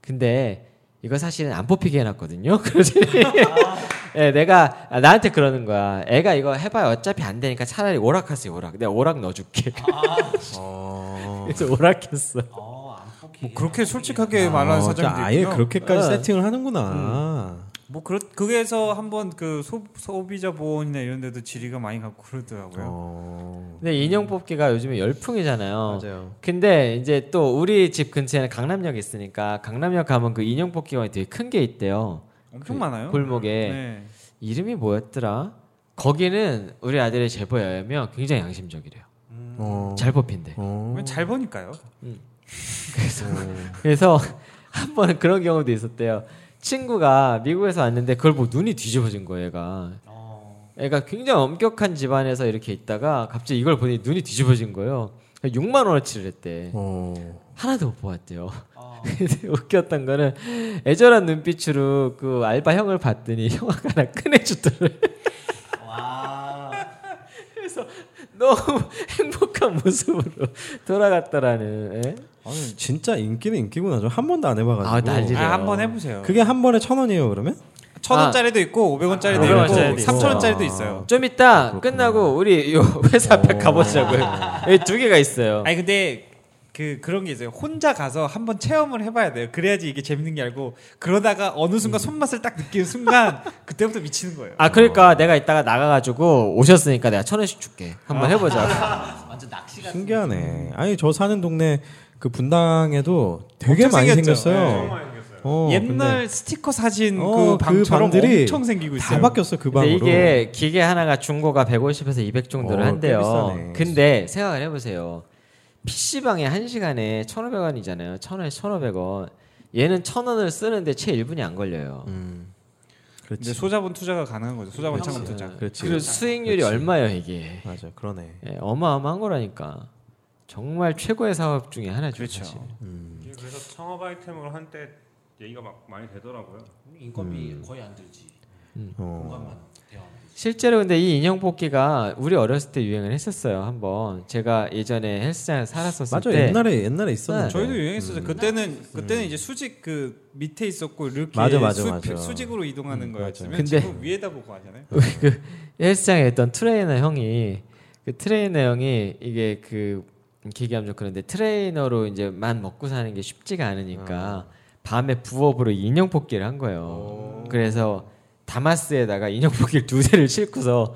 Speaker 2: 근데 이거 사실은 안 뽑히게 해놨거든요. 그러더니 예, 내가 아, 나한테 그러는 거야. 애가 이거 해봐야 어차피 안 되니까 차라리 오락하세요 오락. 내가 오락 넣어줄게. 아, 그래서 오락했어.
Speaker 3: 뭐 그렇게 솔직하게 말하는 사장도
Speaker 1: 아, 아예
Speaker 3: 있고요.
Speaker 1: 그렇게까지
Speaker 2: 어.
Speaker 1: 세팅을 하는구나.
Speaker 3: 뭐 그렇 그래서 한번 그 소, 소비자 보호원이나 이런 데도 질의가 많이 가고 그러더라고요.
Speaker 1: 어.
Speaker 2: 근데 인형 뽑기가 요즘에
Speaker 3: 어.
Speaker 2: 열풍이잖아요.
Speaker 1: 맞아요.
Speaker 2: 근데 이제 또 우리 집 근처에는 강남역 이 있으니까 강남역 가면 그 인형 뽑기관이 되게 큰 게 있대요.
Speaker 3: 엄청 많아요.
Speaker 2: 골목에
Speaker 3: 네.
Speaker 2: 이름이 뭐였더라? 거기는 우리 아들의 제보에 의하면 굉장히 양심적이래요.
Speaker 1: 어.
Speaker 2: 잘
Speaker 3: 음.
Speaker 2: 뽑힌대.
Speaker 1: 어.
Speaker 3: 왜잘 보니까요.
Speaker 2: 그래서 한 번은 그런 경우도 있었대요. 친구가 미국에서 왔는데 그걸 보고 눈이 뒤집어진 거예요, 얘가. 애가 굉장히 엄격한 집안에서 이렇게 있다가 갑자기 이걸 보니 눈이 뒤집어진 거예요. 6만 원어치를 했대.
Speaker 1: 어.
Speaker 2: 하나도 못 보았대요.
Speaker 3: 아.
Speaker 2: 근데 웃겼던 거는 애절한 눈빛으로 그 알바 형을 봤더니 형아가 나 꺼내주더래. 그래서 너무 행복한 익숙한 모습으로 돌아갔다라는. 예?
Speaker 1: 진짜 인기는 인기구나. 저 한 번도 안 해봐가지고.
Speaker 2: 아, 난리네.
Speaker 3: 아, 한번 해보세요.
Speaker 1: 그게 한 번에 천 원이에요 그러면?
Speaker 3: 천 원짜리도 있고 오백 원짜리도
Speaker 2: 오백 원짜리도
Speaker 3: 있고
Speaker 2: 있고.
Speaker 3: 삼천 원짜리도 있어요.
Speaker 2: 좀 이따 끝나고 어. 우리 요 회사 앞에 가보자고요. 여기 두 개가 있어요.
Speaker 3: 아니 근데 그 그런 게 있어요. 혼자 가서 한번 체험을 해봐야 돼요. 그래야지 이게 재밌는 게 알고 그러다가 어느 순간
Speaker 1: 음.
Speaker 3: 손맛을 딱 느끼는 순간 그때부터 미치는 거예요.
Speaker 2: 아 그러니까 내가 이따가 나가가지고 오셨으니까 내가 천 원씩 줄게.
Speaker 3: 아.
Speaker 2: 한번 해보자.
Speaker 3: 음.
Speaker 1: 신기하네. 아니 저 사는 동네 그 분당에도 되게
Speaker 3: 엄청
Speaker 1: 많이
Speaker 3: 생겼죠. 네.
Speaker 1: 생겼어요. 어,
Speaker 3: 옛날 스티커 사진
Speaker 1: 어,
Speaker 3: 그 방처럼
Speaker 1: 그 방들이
Speaker 3: 엄청 생기고
Speaker 1: 근데
Speaker 3: 있어요.
Speaker 1: 다 바뀌었어 그
Speaker 2: 근데
Speaker 1: 방으로.
Speaker 2: 이게 기계 하나가 중고가 150에서 200 정도를
Speaker 1: 어,
Speaker 2: 한대요.
Speaker 1: 꽤 비싸네.
Speaker 2: 근데 생각을 해보세요. PC방에 한시간에 1,500원이잖아요. 1,000원에 1,500원. 얘는 1,000원을 쓰는데 채 1분이 안 걸려요.
Speaker 1: 음, 그렇지.
Speaker 3: 이제 소자본 투자가 가능한 거죠. 소자본 창업 투자.
Speaker 1: 그렇지.
Speaker 2: 그리고 수익률이
Speaker 1: 그렇지.
Speaker 2: 얼마예요 이게.
Speaker 1: 맞아 그러네.
Speaker 2: 예, 어마어마한 거라니까. 정말 최고의 사업 중에 하나죠.
Speaker 3: 그렇죠.
Speaker 2: 사실.
Speaker 4: 이게 예, 그래서 창업 아이템으로 한때 얘기가 막 많이 되더라고요.
Speaker 5: 인건비 거의 안 들지.
Speaker 3: 음.
Speaker 1: 어.
Speaker 5: 공간만
Speaker 2: 실제로 근데 이 인형 뽑기가 우리 어렸을 때 유행을 했었어요 한번 제가 예전에 헬스장에서 살았었을
Speaker 1: 맞아
Speaker 2: 때
Speaker 1: 옛날에 옛날에 있었는데.
Speaker 3: 저희도 유행했었죠.
Speaker 1: 음.
Speaker 3: 그때는 그때는 이제 수직 그 밑에 있었고 이렇게
Speaker 1: 맞아, 맞아,
Speaker 3: 수,
Speaker 1: 맞아.
Speaker 3: 수직으로 이동하는
Speaker 1: 음, 그
Speaker 3: 거였으면
Speaker 2: 맞아. 근데-
Speaker 3: 지금 위에다 보고 하잖아요.
Speaker 2: 헬스장에 있던 트레이너 형이 그 트레이너 형이 이게 그 기기하면 좀 그런데 트레이너로 이제만 먹고 사는 게 쉽지가 않으니까
Speaker 1: 어.
Speaker 2: 밤에 부업으로 인형 뽑기를 한 거예요. 그래서 다마스에다가 인형 뽑기를 두 대를 싣고서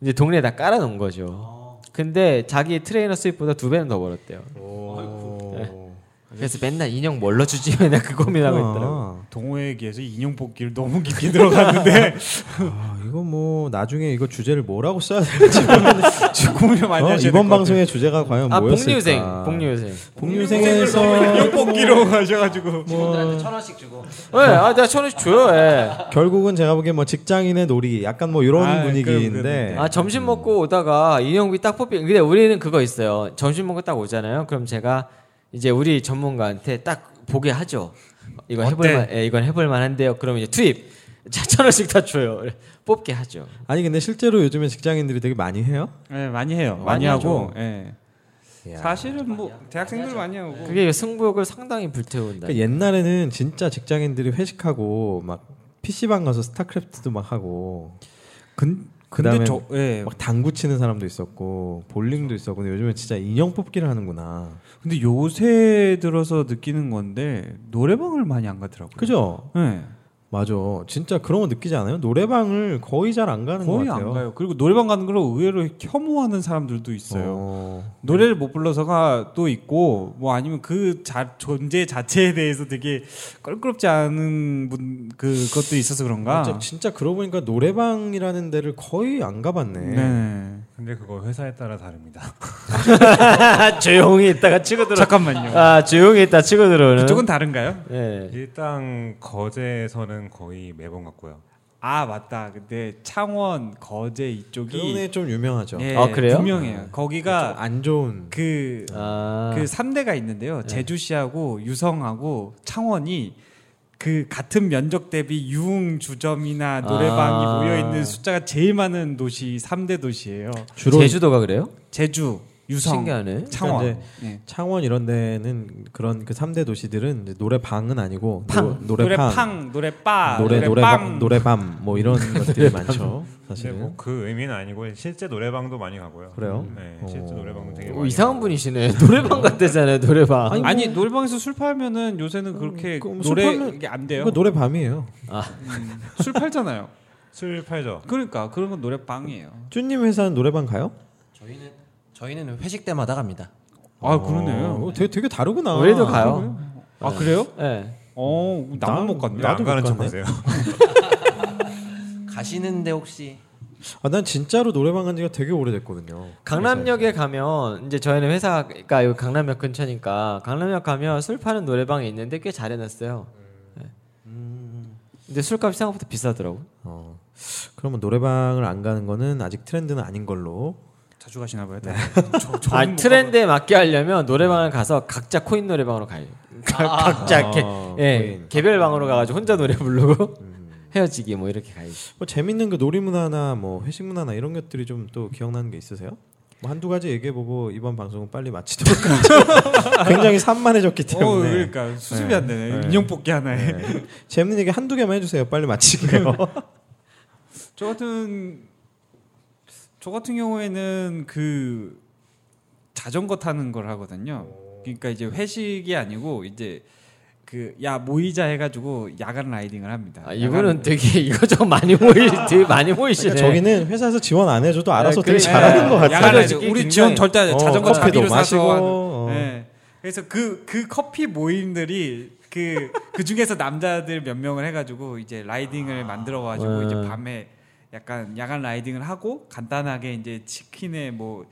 Speaker 2: 이제 동네에다 깔아놓은 거죠. 근데 자기 트레이너 수입보다 두 배는 더 벌었대요.
Speaker 3: 어. 네.
Speaker 1: 오.
Speaker 2: 그래서 맨날 인형 뭘로 주지 맨날 그 고민하고 있더라고.
Speaker 1: 아,
Speaker 3: 동호회에 비해서 인형 뽑기를 너무 깊게 들어갔는데
Speaker 1: 아, 이거 뭐 나중에 이거 주제를 뭐라고 써야 돼?
Speaker 3: 지금 고민을 많이
Speaker 1: 어,
Speaker 3: 하셔야
Speaker 1: 이번
Speaker 3: 될것 같아요.
Speaker 1: 방송의 주제가 과연
Speaker 2: 아
Speaker 1: 뭐였을까?
Speaker 2: 복리후생, 복리후생.
Speaker 1: 복류생에서
Speaker 3: 인형 뽑기로 하셔가지고
Speaker 5: 직원들한테 천 원씩 주고
Speaker 2: 예, 아 내가 천원씩 줘요. 예.
Speaker 1: 결국은 제가 보기엔 뭐 직장인의 놀이 약간 뭐 이런
Speaker 3: 아,
Speaker 1: 분위기인데
Speaker 3: 그럼,
Speaker 2: 아 점심 먹고 오다가 인형비 딱 뽑히 근데 우리는 그거 있어요 점심 먹고 딱 오잖아요 그럼 제가 이제 우리 전문가한테 딱 보게 하죠 이건 해볼만 예, 이건 해볼만한데요 그럼 이제 투입 자, 천 원씩 다 줘요 뽑게 하죠
Speaker 1: 아니 근데 실제로 요즘에 직장인들이 되게 많이 해요?
Speaker 3: 네, 많이 해요.
Speaker 2: 많이
Speaker 3: 많이, 하고 예.
Speaker 1: 이야.
Speaker 3: 사실은 뭐 대학생들 많이 하고
Speaker 2: 그게 승부욕을 상당히 불태운다
Speaker 1: 그러니까 옛날에는 진짜 직장인들이 회식하고 막 PC방 가서 스타크래프트도 막 하고
Speaker 3: 근
Speaker 1: 그다음에
Speaker 3: 근데 저 예.
Speaker 1: 막 당구 치는 사람도 있었고 볼링도 있었고 근데 요즘에 진짜 인형 뽑기를 하는구나.
Speaker 3: 근데 요새 들어서 느끼는 건데 노래방을 많이 안 가더라고요.
Speaker 1: 그죠?
Speaker 3: 예.
Speaker 1: 맞아. 진짜 그런 거 느끼지 않아요? 노래방을 거의 잘 안 가는
Speaker 3: 거의
Speaker 1: 것 같아요.
Speaker 3: 안 가요. 그리고 노래방 가는 걸 의외로 혐오하는 사람들도 있어요.
Speaker 1: 어.
Speaker 3: 노래를 못 불러서가 또 있고 뭐 아니면 그 자, 존재 자체에 대해서 되게 껄끄럽지 않은 분 그- 그것도 있어서 그런가.
Speaker 1: 진짜, 진짜 그러고 보니까 노래방이라는 데를 거의 안 가봤네.
Speaker 3: 네.
Speaker 4: 근데 그거 회사에 따라 다릅니다.
Speaker 2: 아, 조용히 있다가 치고 들어
Speaker 3: 네. 잠깐만요.
Speaker 2: 아 조용히 있다 치고 들어오는
Speaker 3: 그쪽은 다른가요?
Speaker 4: 네.
Speaker 2: 예.
Speaker 4: 일단 거제에서는 거의 매번 갔고요.
Speaker 3: 아 맞다. 근데 창원 거제
Speaker 1: 그런
Speaker 3: 이쪽이
Speaker 1: 애 좀 유명하죠.
Speaker 3: 예,
Speaker 2: 아, 그래요?
Speaker 3: 분명해요.
Speaker 1: 그러니까
Speaker 3: 거기가
Speaker 1: 안 좋은.
Speaker 3: 그
Speaker 2: 아,
Speaker 3: 그 3대가 있는데요. 제주시하고 유성하고 창원이 그 같은 면적 대비 유흥 주점이나 노래방이
Speaker 2: 아.
Speaker 3: 모여 있는 숫자가 제일 많은 도시 3대 도시예요.
Speaker 1: 주로
Speaker 2: 제주도가 그래요
Speaker 3: 제주, 유성,
Speaker 2: 신기하네
Speaker 3: 창원.
Speaker 1: 그러니까
Speaker 3: 네.
Speaker 1: 창원 이런 데는 그런 그 3대 도시들은 이제 노래방은 아니고
Speaker 2: 팡.
Speaker 1: 노, 래방
Speaker 3: 노래팡, 아, 노래바,
Speaker 1: 노래
Speaker 3: 노래빵.
Speaker 1: 노래방 노래밤 뭐 이런 것들이 많죠.
Speaker 4: 근데
Speaker 1: 사실은.
Speaker 4: 뭐 그 의미는 아니고 실제 노래방도 많이 가고요.
Speaker 1: 그래요?
Speaker 4: 네, 실제
Speaker 1: 어.
Speaker 4: 노래방도 되게
Speaker 2: 오,
Speaker 4: 많이
Speaker 2: 이상한
Speaker 4: 가고.
Speaker 2: 분이시네 노래방 갔대잖아요 노래방
Speaker 1: 아니,
Speaker 3: 아니 노래방에서 술 팔면은 요새는 그렇게
Speaker 1: 그럼 술
Speaker 3: 노래
Speaker 1: 팔면-
Speaker 3: 이게 안 돼요.
Speaker 1: 그거 노래밤이에요.
Speaker 3: 술 팔잖아요.
Speaker 4: 술 팔죠.
Speaker 3: 그러니까 그런 건 노래방이에요.
Speaker 1: 쭈님 회사는 노래방 가요?
Speaker 5: 저희는 저희는 회식 때마다 갑니다.
Speaker 3: 아 그러네요.
Speaker 1: 어, 되게, 되게 다르구나.
Speaker 2: 우리도 가요
Speaker 3: 아 그래요?
Speaker 2: 예.
Speaker 3: 어 나만 못 갔네.
Speaker 4: 왜안
Speaker 1: 나도
Speaker 4: 가는
Speaker 1: 못
Speaker 4: 척
Speaker 1: 갔네.
Speaker 4: 하세요?
Speaker 5: 가시는데 혹시
Speaker 1: 아, 난 진짜로 노래방 간 지가 되게 오래됐거든요.
Speaker 2: 강남역에 가면 이제 저희는 회사가 그러니까 여기 강남역 근처니까 강남역 가면 술 파는 노래방이 있는데 꽤 잘해놨어요.
Speaker 1: 음.
Speaker 2: 예. 근데 술값이 생각보다 비싸더라고.
Speaker 1: 어. 그러면 노래방을 안 가는 거는 아직 트렌드는 아닌 걸로.
Speaker 3: 자주 가시나 봐요.
Speaker 1: 네. 뭐
Speaker 2: 아 트렌드에 맞게 하려면 노래방을 가서 각자 코인 노래방으로 가요. 가- 각자
Speaker 1: 아,
Speaker 2: 개, 예,
Speaker 1: 코인. 음.
Speaker 2: 개별 방으로 가가지고 혼자 노래 부르고 헤어지기 뭐 이렇게 가요.
Speaker 1: 뭐 재밌는 그 놀이 문화나 뭐 회식 문화나 이런 것들이 좀 또 기억나는 게 있으세요? 뭐 한두 가지 얘기해보고 이번 방송은 빨리 마치도록 하죠. 굉장히 산만해졌기
Speaker 3: 어,
Speaker 1: 때문에
Speaker 3: 그러니까 수습이
Speaker 1: 네.
Speaker 3: 안 되네.
Speaker 1: 네.
Speaker 3: 인형 뽑기 하나에.
Speaker 1: 재밌는 얘기 한두 개만 해주세요. 빨리
Speaker 3: 네,
Speaker 1: 마치게요. 그러니까
Speaker 3: 저 같은 저 같은 경우에는 그 자전거 타는 걸 하거든요. 그러니까 이제 회식이 아니고 이제 그 야 모이자 해가지고 야간 라이딩을 합니다.
Speaker 2: 아, 이분은 되게 이거저거 많이 모이 되게 많이 모이시네.
Speaker 1: 그러니까 저기는 회사에서 지원 안
Speaker 3: 네,
Speaker 1: 해줘도 알아서
Speaker 2: 아,
Speaker 1: 되게
Speaker 2: 그래.
Speaker 1: 잘하는 것
Speaker 3: 야간,
Speaker 1: 같아요.
Speaker 3: 야간 네, 라이딩.
Speaker 2: 솔직히
Speaker 3: 우리
Speaker 2: 굉장히-
Speaker 3: 지원 절대 안 해요.
Speaker 1: 어,
Speaker 3: 자전거
Speaker 1: 커피도
Speaker 3: 자비로 사서
Speaker 1: 마시고,
Speaker 3: 하는-
Speaker 1: 어.
Speaker 3: 네. 그래서 그 그 커피 모임들이 그 그 중에서 남자들 몇 명을 해가지고 이제 라이딩을 만들어가지고
Speaker 2: 네.
Speaker 3: 이제 밤에 약간 야간 라이딩을 하고 간단하게 이제 치킨에 뭐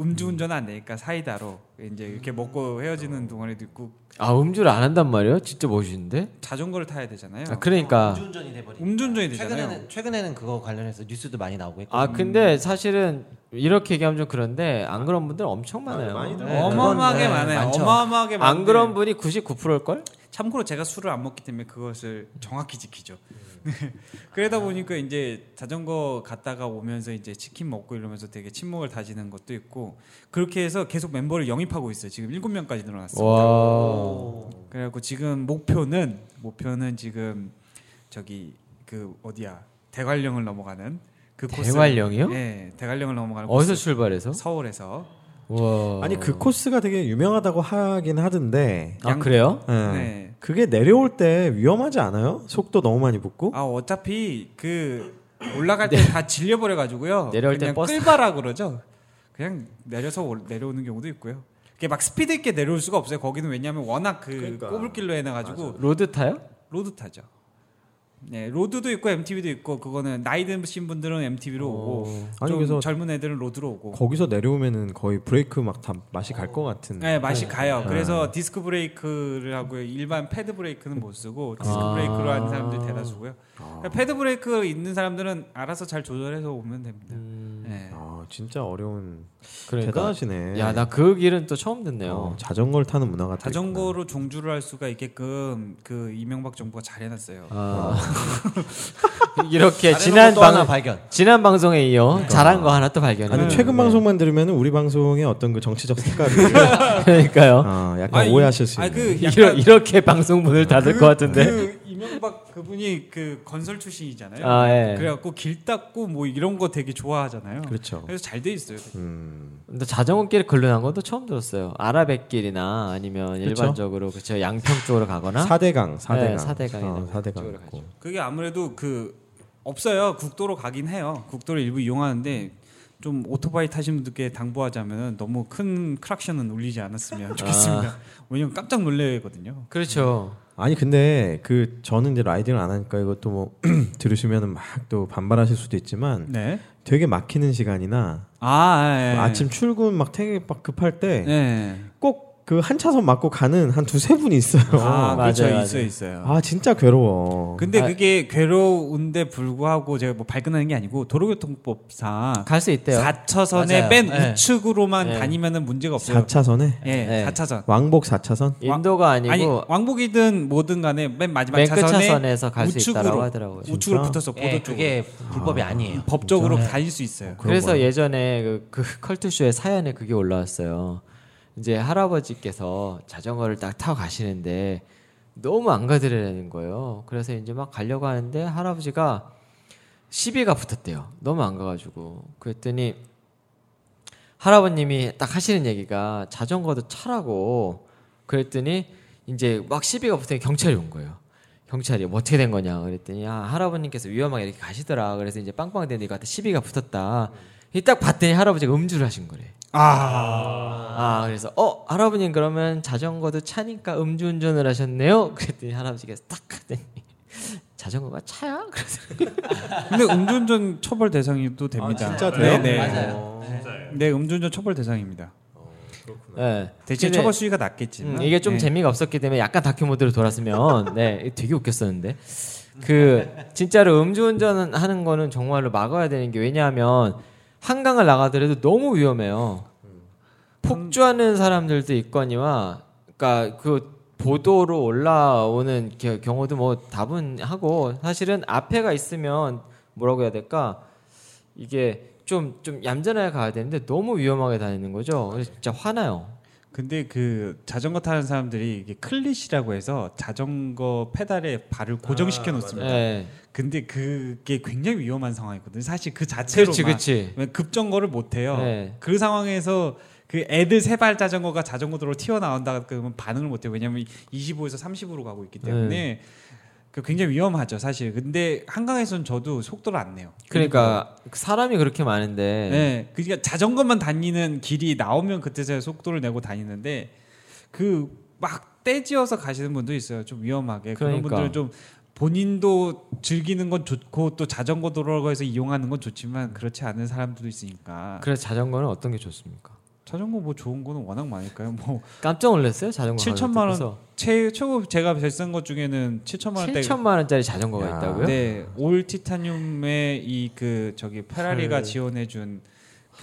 Speaker 3: 음주운전 안 되니까 사이다로 이제 이렇게 먹고 헤어지는 동안에도 있고
Speaker 2: 아 음주를 안 한단 말이에요? 진짜 멋있는데.
Speaker 3: 자전거를 타야
Speaker 1: 네,
Speaker 3: 되잖아요.
Speaker 2: 아,
Speaker 1: 어.
Speaker 2: 그러니까
Speaker 5: 음주운전이 돼버리니까
Speaker 3: 음주운전이 되잖아요.
Speaker 5: 최근에는 최근에는 그거 관련해서 뉴스도 많이 나오고 있고
Speaker 2: 아 근데 사실은 이렇게 얘기하면 좀 그런데 안 그런 분들 엄청 많아요.
Speaker 1: 많이들
Speaker 2: 네.
Speaker 3: 어마어마하게
Speaker 5: 네,
Speaker 3: 많아요.
Speaker 5: 많죠.
Speaker 3: 어마어마하게 많은데
Speaker 2: 안 그런 분이 99%일 걸?
Speaker 3: 참고로 제가 술을 안 먹기 때문에 그것을 정확히 지키죠. 네. 그러다 보니까 이제 자전거 갔다가 오면서 이제 치킨 먹고 이러면서 되게 친목을 다지는 것도 있고 그렇게 해서 계속 멤버를 영입하고 있어요. 지금 7명까지 늘어났어요.
Speaker 2: 와.
Speaker 3: 그래갖고 지금 목표는 목표는 지금 저기 그 어디야 대관령을 넘어가는 그 코스.
Speaker 2: 대관령이요?
Speaker 3: 네, 대관령을 넘어가는
Speaker 2: 어디서
Speaker 3: 코스.
Speaker 2: 출발해서?
Speaker 3: 서울에서.
Speaker 2: 와.
Speaker 1: 아니 그 코스가 되게 유명하다고 하긴 하던데
Speaker 2: 아 그래요?
Speaker 1: 예.
Speaker 3: 네.
Speaker 1: 그게 내려올 때 위험하지 않아요? 속도 너무 많이 붙고
Speaker 3: 아 어차피 그 올라갈 때 다 질려 버려 가지고요.
Speaker 2: 내려올 때
Speaker 3: 그냥
Speaker 2: 버스-
Speaker 3: 끌바라 그러죠. 그냥 내려서 올- 내려오는 경우도 있고요. 그게 막 스피드 있게 내려올 수가 없어요. 거기는 왜냐하면 워낙 그
Speaker 1: 그러니까.
Speaker 3: 꼬불길로 해놔 가지고
Speaker 2: 로드 타요?
Speaker 3: 로드 타죠. 네, 로드도 있고 MTB도 있고 그거는 나이 드신 분들은 MTB로 오고
Speaker 1: 아니,
Speaker 3: 좀
Speaker 1: 그래서-
Speaker 3: 젊은 애들은 로드로 오고.
Speaker 1: 거기서 내려오면은 거의 브레이크 막 다 맛이 갈 것 같은. 아.
Speaker 3: 네, 맛이 가요. 그래서 디스크 브레이크를 하고 일반 패드 브레이크는 못 쓰고 디스크
Speaker 2: 아.
Speaker 3: 브레이크로 하는 사람들 대다수고요.
Speaker 1: 아.
Speaker 3: 그러니까 패드 브레이크 있는 사람들은 알아서 잘 조절해서 오면 됩니다. 네.
Speaker 1: 아 진짜 어려운
Speaker 2: 그러니까.
Speaker 1: 대단하시네.
Speaker 2: 야 나 그 길은 또 처음 듣네요.
Speaker 1: 어, 자전거를 타는 문화가 또
Speaker 3: 자전거로 종주를 할 수가 있게끔 그 이명박 정부가 잘 해놨어요.
Speaker 2: 아. 이렇게 지난
Speaker 5: 지난 방 하나
Speaker 2: 방
Speaker 5: 발견
Speaker 2: 지난 방송에 이어 잘한 거 하나 또 발견해.
Speaker 3: 네.
Speaker 1: 있구나. 아니
Speaker 2: 네.
Speaker 1: 최근 방송만 들으면 우리 방송의 어떤 그 정치적 색깔을
Speaker 2: 그렇죠? 그러니까요.
Speaker 1: 아, 약간
Speaker 3: 아니,
Speaker 1: 오해하실 수
Speaker 3: 아니,
Speaker 1: 있는.
Speaker 3: 그
Speaker 2: 이러,
Speaker 3: 약간
Speaker 2: 이렇게 방송문을 닫을 것 같은데.
Speaker 3: 그 이명박 그분이 그 건설 출신이잖아요.
Speaker 2: 아 예.
Speaker 3: 그래갖고 길 닦고 뭐 이런 거 되게 좋아하잖아요.
Speaker 1: 네. 그렇죠.
Speaker 3: 그래서 잘 돼 있어요.
Speaker 1: 음.
Speaker 2: 근데 자전거길 걸르는 것도 처음 들었어요. 아라뱃길이나 아니면 일반적으로 그쵸 양평 쪽으로 가거나.
Speaker 1: 사대강,
Speaker 2: 네,
Speaker 1: 사대강,
Speaker 2: 사대강이나
Speaker 1: 어, 사대강.
Speaker 2: 그쪽으로
Speaker 1: 있고.
Speaker 3: 그게 아무래도 그 없어요. 국도로 가긴 해요. 국도를 일부 이용하는데 좀 오토바이 타신 분들께 당부하자면 너무 큰 크락션은 울리지
Speaker 2: 아.
Speaker 3: 않았으면 좋겠습니다. 왜냐면 깜짝 놀래거든요.
Speaker 2: 그렇죠.
Speaker 1: 아니 근데 그 저는 이제 라이딩을 안 하니까 이것도 뭐 들으시면은 막 또 반발하실 수도
Speaker 2: 음.
Speaker 1: 있지만
Speaker 3: 네.
Speaker 1: 되게 막히는 시간이나
Speaker 3: 아, 예.
Speaker 1: 아침 출근 막 되게 막 급할
Speaker 3: 예.
Speaker 1: 때 꼭 그 한 차선 맞고 가는 한 두세 분이 있어요.
Speaker 2: 맞아요,
Speaker 3: 아, 그렇죠.
Speaker 2: 맞아요.
Speaker 3: 있어요, 있어요.
Speaker 1: 아 진짜 괴로워.
Speaker 3: 근데
Speaker 2: 아.
Speaker 3: 그게 괴로운데 불구하고 제가 뭐 발끈하는 게 아니고 도로교통법상
Speaker 2: 갈 수 있대요.
Speaker 3: 4차선에
Speaker 5: 맞아요.
Speaker 3: 뺀
Speaker 5: 네.
Speaker 3: 우측으로만
Speaker 2: 네.
Speaker 3: 다니면은 문제가 없어요.
Speaker 1: 4차선에
Speaker 3: 예.
Speaker 2: 네.
Speaker 3: 4차선.
Speaker 1: 왕복 4차선.
Speaker 2: 인도가 아니고
Speaker 3: 아니, 왕복이든 뭐든 간에 맨 마지막
Speaker 2: 맨 끝
Speaker 3: 차선에
Speaker 2: 차선에서 갈 수
Speaker 3: 우측으로.
Speaker 2: 있다고 하더라고요.
Speaker 3: 우측으로
Speaker 1: 진짜?
Speaker 3: 붙어서 보도
Speaker 5: 예,
Speaker 3: 쪽으로
Speaker 5: 그게 불법이 아니에요
Speaker 3: 법적으로
Speaker 5: 네.
Speaker 3: 다닐 수 있어요.
Speaker 2: 그래서 예전에 그, 그 컬투쇼의 사연에 그게 올라왔어요. 이제 할아버지께서 자전거를 딱 타고 가시는데 너무 안 가드리라는 거예요. 그래서 이제 막 가려고 하는데 할아버지가 시비가 붙었대요. 너무 안 가가지고. 그랬더니 할아버님이 딱 하시는 얘기가 자전거도 차라고 그랬더니 이제 막 시비가 붙으니 경찰이 온 거예요. 경찰이 뭐 어떻게 된 거냐 그랬더니 아, 할아버님께서 위험하게 이렇게 가시더라. 그래서 이제 빵빵 대는데 이거한테 시비가 붙었다. 이딱 봤더니 할아버지가 음주를 하신 거래. 아. 그래서 어 할아버님 그러면 자전거도 차니까 음주운전을 하셨네요. 그랬더니 할아버지께서 딱 하더니 자전거가 차야? 그래서
Speaker 3: 근데 음주운전 처벌 대상이 또 됩니다.
Speaker 1: 진짜
Speaker 3: 네,
Speaker 1: 돼요?
Speaker 3: 네.
Speaker 5: 아, 맞아요
Speaker 3: 네, 음주운전 처벌 대상입니다.
Speaker 2: 네.
Speaker 3: 대신
Speaker 2: 근데-
Speaker 3: 처벌 수위가 낮겠지만
Speaker 2: 음, 이게 좀
Speaker 3: 네. 재미
Speaker 2: 재미가 없었기 때문에 약간 다큐 모드로 돌았으면 네 이게 되게 웃겼었는데 그 진짜로 음주운전 하는 거는 정말로 막아야 되는 게 왜냐하면 한강을 나가더라도 너무 위험해요. 폭주하는 사람들도 있거니와 그러니까 그 보도로 올라오는 게- 경우도 뭐 다분하고 사실은 앞에가 있으면 뭐라고 해야 될까 이게 좀, 좀 얌전하게 가야 되는데 너무 위험하게 다니는 거죠. 그래서 진짜 화나요.
Speaker 3: 근데 그 자전거 타는 사람들이 이게 클릿이라고 해서 자전거 페달에 발을
Speaker 5: 아,
Speaker 3: 고정시켜 놓습니다.
Speaker 2: 예.
Speaker 3: 근데 그게 굉장히 위험한 상황이거든요. 사실 그 자체로만
Speaker 2: 그렇지, 그렇지.
Speaker 3: 왜냐면 급정거를 못 해요.
Speaker 2: 네.
Speaker 3: 그 상황에서 그 애들 세 발 자전거가 자전거 도로 튀어 나온다 그러면 반응을 못 해요. 왜냐면 25에서 30으로 가고 있기 때문에
Speaker 2: 네.
Speaker 3: 그 굉장히 위험하죠, 사실. 근데 한강에서는 저도 속도를 안 내요.
Speaker 2: 그러니까 사람이 그렇게 많은데
Speaker 3: 네. 그러니까 자전거만 다니는 길이 나오면 그때서야 속도를 내고 다니는데 그 막 떼지어서 가시는 분도 있어요. 좀 위험하게. 그런
Speaker 2: 그러니까.
Speaker 3: 분들은 좀 본인도 즐기는 건 좋고 또 자전거 도로라고 해서 이용하는 건 좋지만 그렇지 않은 사람들도 있으니까.
Speaker 2: 그래서 자전거는 어떤 게 좋습니까?
Speaker 3: 자전거 뭐 좋은 거는 워낙 많으니까요. 뭐
Speaker 2: 깜짝 놀랐어요 자전거.
Speaker 3: 7천만 원 최, 최고 제가 별쓴 것 중에는 7천만 원대
Speaker 2: 7천만 원짜리 자전거가
Speaker 1: 야.
Speaker 2: 있다고요?
Speaker 3: 네, 올 티타늄의 이 그 저기 페라리가 지원해 준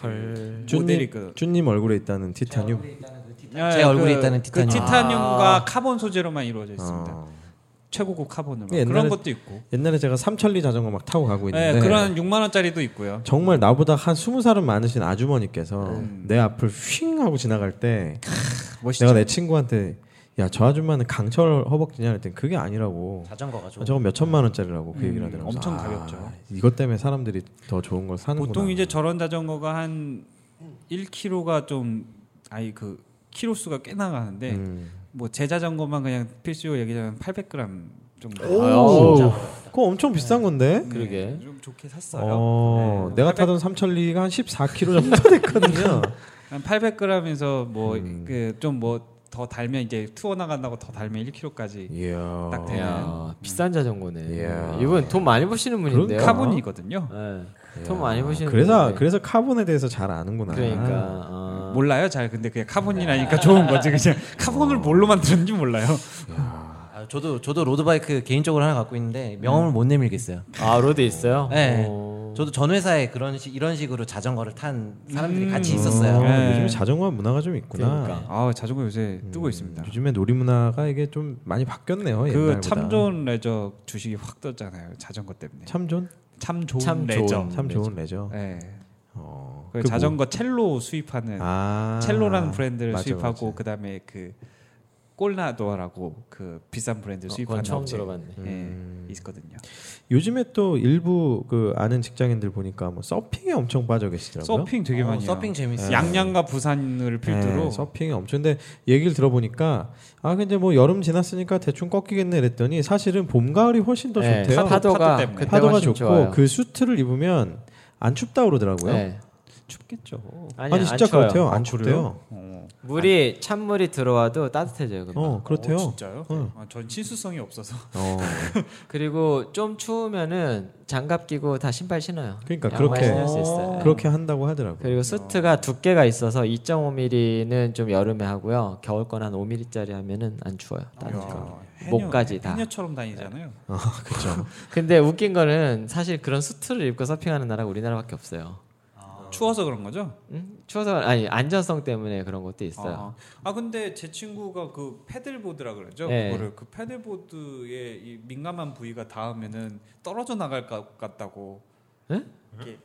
Speaker 3: 그, 모델이 그
Speaker 1: 쭈님 얼굴에 있다는 티타늄. 어.
Speaker 3: 아,
Speaker 5: 제 얼굴에 있다는 티타늄.
Speaker 3: 그 티타늄과
Speaker 1: 아.
Speaker 3: 카본 소재로만 이루어져 있습니다.
Speaker 1: 어.
Speaker 3: 최고급 카본으로
Speaker 1: 예, 옛날에-
Speaker 3: 그런 것도 있고.
Speaker 1: 옛날에 제가 삼천리 자전거 막 타고 가고
Speaker 3: 네,
Speaker 1: 있는데
Speaker 3: 그런 6만 원짜리도 있고요.
Speaker 1: 정말 나보다 한 스무 살은 많으신 아주머니께서
Speaker 3: 음.
Speaker 1: 내 앞을 휙 하고 지나갈 때
Speaker 3: 멋있죠.
Speaker 1: 내가 내 친구한테 야 저 아줌마는 강철 허벅지냐 그랬더니 그게 아니라고
Speaker 5: 자전거가 좀
Speaker 1: 저건 몇 천만 원짜리라고 그
Speaker 3: 음,
Speaker 1: 얘기를 하더라고요.
Speaker 3: 엄청
Speaker 1: 그래서
Speaker 3: 가볍죠.
Speaker 1: 이것 때문에 사람들이 더 좋은 걸 사는구나.
Speaker 3: 보통 이제 저런 자전거가 한 1kg가 좀 아니 그 키로 수가 꽤 나가는데
Speaker 1: 음.
Speaker 3: 뭐 제 자전거만 그냥 필수요 얘기하면 800g 정도.
Speaker 1: 오, 그거 엄청 비싼 건데.
Speaker 2: 그러게.
Speaker 3: 네, 좀 좋게 샀어요.
Speaker 1: 어,
Speaker 3: 네.
Speaker 1: 내가 타던 삼천리가 한 14km 정도 됐거든요.
Speaker 3: 한 800g에서 뭐 그 좀 뭐 더 달면 이제 투어 나간다고 더 달면 1kg까지
Speaker 1: 어. 이야.
Speaker 3: 딱 되는
Speaker 2: 이야, 비싼 자전거네.
Speaker 1: 이야.
Speaker 2: 이분 돈 많이 버시는 분인데요.
Speaker 3: 카본이거든요.
Speaker 2: 예. 돈 많이 버시는.
Speaker 1: 그래서
Speaker 2: 분인데.
Speaker 1: 그래서 카본에 대해서 잘 아는구나.
Speaker 2: 그러니까 아.
Speaker 3: 몰라요 잘 근데 그냥 카본이라니까 좋은 거지 그냥 카본을 뭘로 만드는지 몰라요.
Speaker 5: 아, 음. 저도 저도 로드바이크 개인적으로 하나 갖고 있는데 명함을 못 내밀겠어요.
Speaker 2: 아, 로드 있어요.
Speaker 5: 네.
Speaker 2: 오.
Speaker 5: 저도 전 회사에 그런 식 이런 식으로 자전거를 탄 사람들이
Speaker 3: 음.
Speaker 5: 같이
Speaker 1: 아,
Speaker 5: 있었어요.
Speaker 3: 네.
Speaker 1: 요즘에 자전거 문화가 좀 있구나.
Speaker 2: 그러니까.
Speaker 3: 아 자전거 요새
Speaker 1: 음.
Speaker 3: 뜨고 있습니다.
Speaker 1: 요즘에 놀이 문화가 이게 좀 많이 바뀌었네요.
Speaker 3: 그
Speaker 1: 어, 옛날보다.
Speaker 3: 참 좋은 레저 주식이 확 떴잖아요 자전거 때문에.
Speaker 1: 참 좋은
Speaker 3: 참 좋은
Speaker 2: 참
Speaker 3: 레저.
Speaker 2: 좋은.
Speaker 1: 참 좋은 레저.
Speaker 3: 예.
Speaker 1: 어,
Speaker 3: 그
Speaker 1: 그
Speaker 3: 자전거 첼로 수입하는
Speaker 1: 뭐- 아,
Speaker 3: 첼로라는 브랜드를
Speaker 1: 맞아,
Speaker 3: 수입하고
Speaker 1: 맞아.
Speaker 3: 그다음에 그 꼴라도라고 그 비싼 브랜드
Speaker 2: 어,
Speaker 3: 수입하는
Speaker 2: 그건 처음
Speaker 3: 업체.
Speaker 2: 들어봤네.
Speaker 3: 예, 있거든요.
Speaker 1: 요즘에 또 일부 그 아는 직장인들 보니까 뭐 서핑에 엄청 빠져 계시더라고요.
Speaker 3: 서핑 되게
Speaker 5: 어,
Speaker 3: 많이 해요. 예.
Speaker 5: 서핑 재밌어요.
Speaker 3: 양양과 부산을 필두로
Speaker 1: 네, 서핑이 엄청 근데 얘기를 들어보니까 아 근데 뭐 여름 지났으니까 대충 꺾이겠네 그랬더니 사실은 봄 가을이 훨씬 더
Speaker 2: 네,
Speaker 1: 좋대요.
Speaker 3: 파도
Speaker 2: 파도가
Speaker 3: 때문에.
Speaker 2: 그때가
Speaker 1: 파도가
Speaker 2: 훨씬
Speaker 1: 좋고
Speaker 2: 좋아요.
Speaker 1: 그 수트를 입으면 안 춥다 그러더라고요.
Speaker 2: 네.
Speaker 3: 춥겠죠.
Speaker 2: 아니,
Speaker 1: 아니,
Speaker 2: 안
Speaker 1: 진짜
Speaker 2: 추워요.
Speaker 1: 그렇대요. 안
Speaker 3: 아,
Speaker 1: 춥대요.
Speaker 3: 어.
Speaker 2: 물이 찬물이 들어와도 따뜻해져요. 금방.
Speaker 1: 어 그렇대요.
Speaker 3: 어, 진짜요?
Speaker 1: 어.
Speaker 3: 아, 전 친수성이 없어서.
Speaker 1: 어,
Speaker 2: 그리고 좀 추우면은 장갑 끼고 다 신발 신어요.
Speaker 1: 그러니까
Speaker 2: 양말
Speaker 1: 그렇게.
Speaker 2: 신을 수 있어요.
Speaker 1: 네. 그렇게 한다고 하더라고요.
Speaker 2: 그리고 수트가 두께가 있어서 2.5mm는 좀 여름에 하고요. 겨울 건 한 5mm짜리 하면은 안 추워요. 따뜻하고.
Speaker 3: 이야, 해녀,
Speaker 2: 목까지 다.
Speaker 3: 해녀처럼
Speaker 2: 네.
Speaker 3: 다니잖아요.
Speaker 2: 근데 웃긴 거는 사실 그런 수트를 입고 서핑하는 나라가 우리나라밖에 없어요.
Speaker 3: 추워서 그런 거죠?
Speaker 2: 음? 추워서 아니 안전성 때문에 그런 것도 있어요.
Speaker 3: 아, 아, 근데 제 친구가 그 패들보드라 그러죠.
Speaker 2: 네.
Speaker 3: 그거를 그 패들보드에 이 민감한 부위가 닿으면은 떨어져 나갈 것 같다고.
Speaker 2: 네?
Speaker 3: 이렇게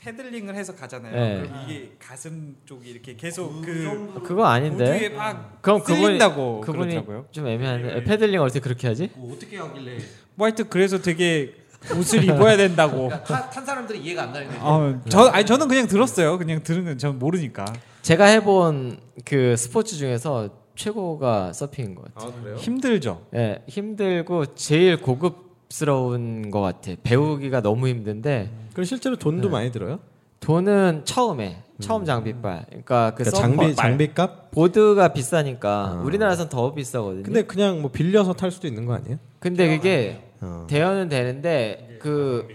Speaker 3: 패들링을 해서 가잖아요.
Speaker 2: 네.
Speaker 3: 그럼 이게 가슴 쪽이 이렇게 계속 그
Speaker 2: 그거 음. 아닌데.
Speaker 3: 보드에 막
Speaker 2: 그럼 그분이-
Speaker 3: 쓸린다고
Speaker 2: 그분이
Speaker 3: 그러더라고요.
Speaker 2: 좀 애매한데 패들링 어떻게 그렇게 하지?
Speaker 5: 어떻게 하길래
Speaker 3: 화이트 뭐 그래서 되게 옷을 입어야 된다고.
Speaker 5: 탄, 그러니까 탄 사람들이 이해가 안 가는데.
Speaker 3: 아, 저 아니 저는 그냥 들었어요. 그냥 들으면 전 모르니까.
Speaker 2: 제가 해본 그 스포츠 중에서 최고가 서핑인 것 같아요.
Speaker 3: 힘들죠.
Speaker 2: 예, 힘들고 제일 고급스러운 것 같아. 배우기가 너무 힘든데
Speaker 1: 그리고 실제로
Speaker 2: 네.
Speaker 1: 돈도 많이 들어요.
Speaker 2: 그 돈은 처음에 처음 장비빨. 그러니까
Speaker 1: 그러니까
Speaker 2: 그 서퍼-
Speaker 1: 장비 장비값?
Speaker 2: 보드가 비싸니까 우리나라에선 더 비싸거든요. 근데,
Speaker 1: 근데 그냥 뭐 빌려서 탈 수도 있는 거 아니에요?
Speaker 2: 그게
Speaker 1: 어.
Speaker 2: 대여는 되는데 그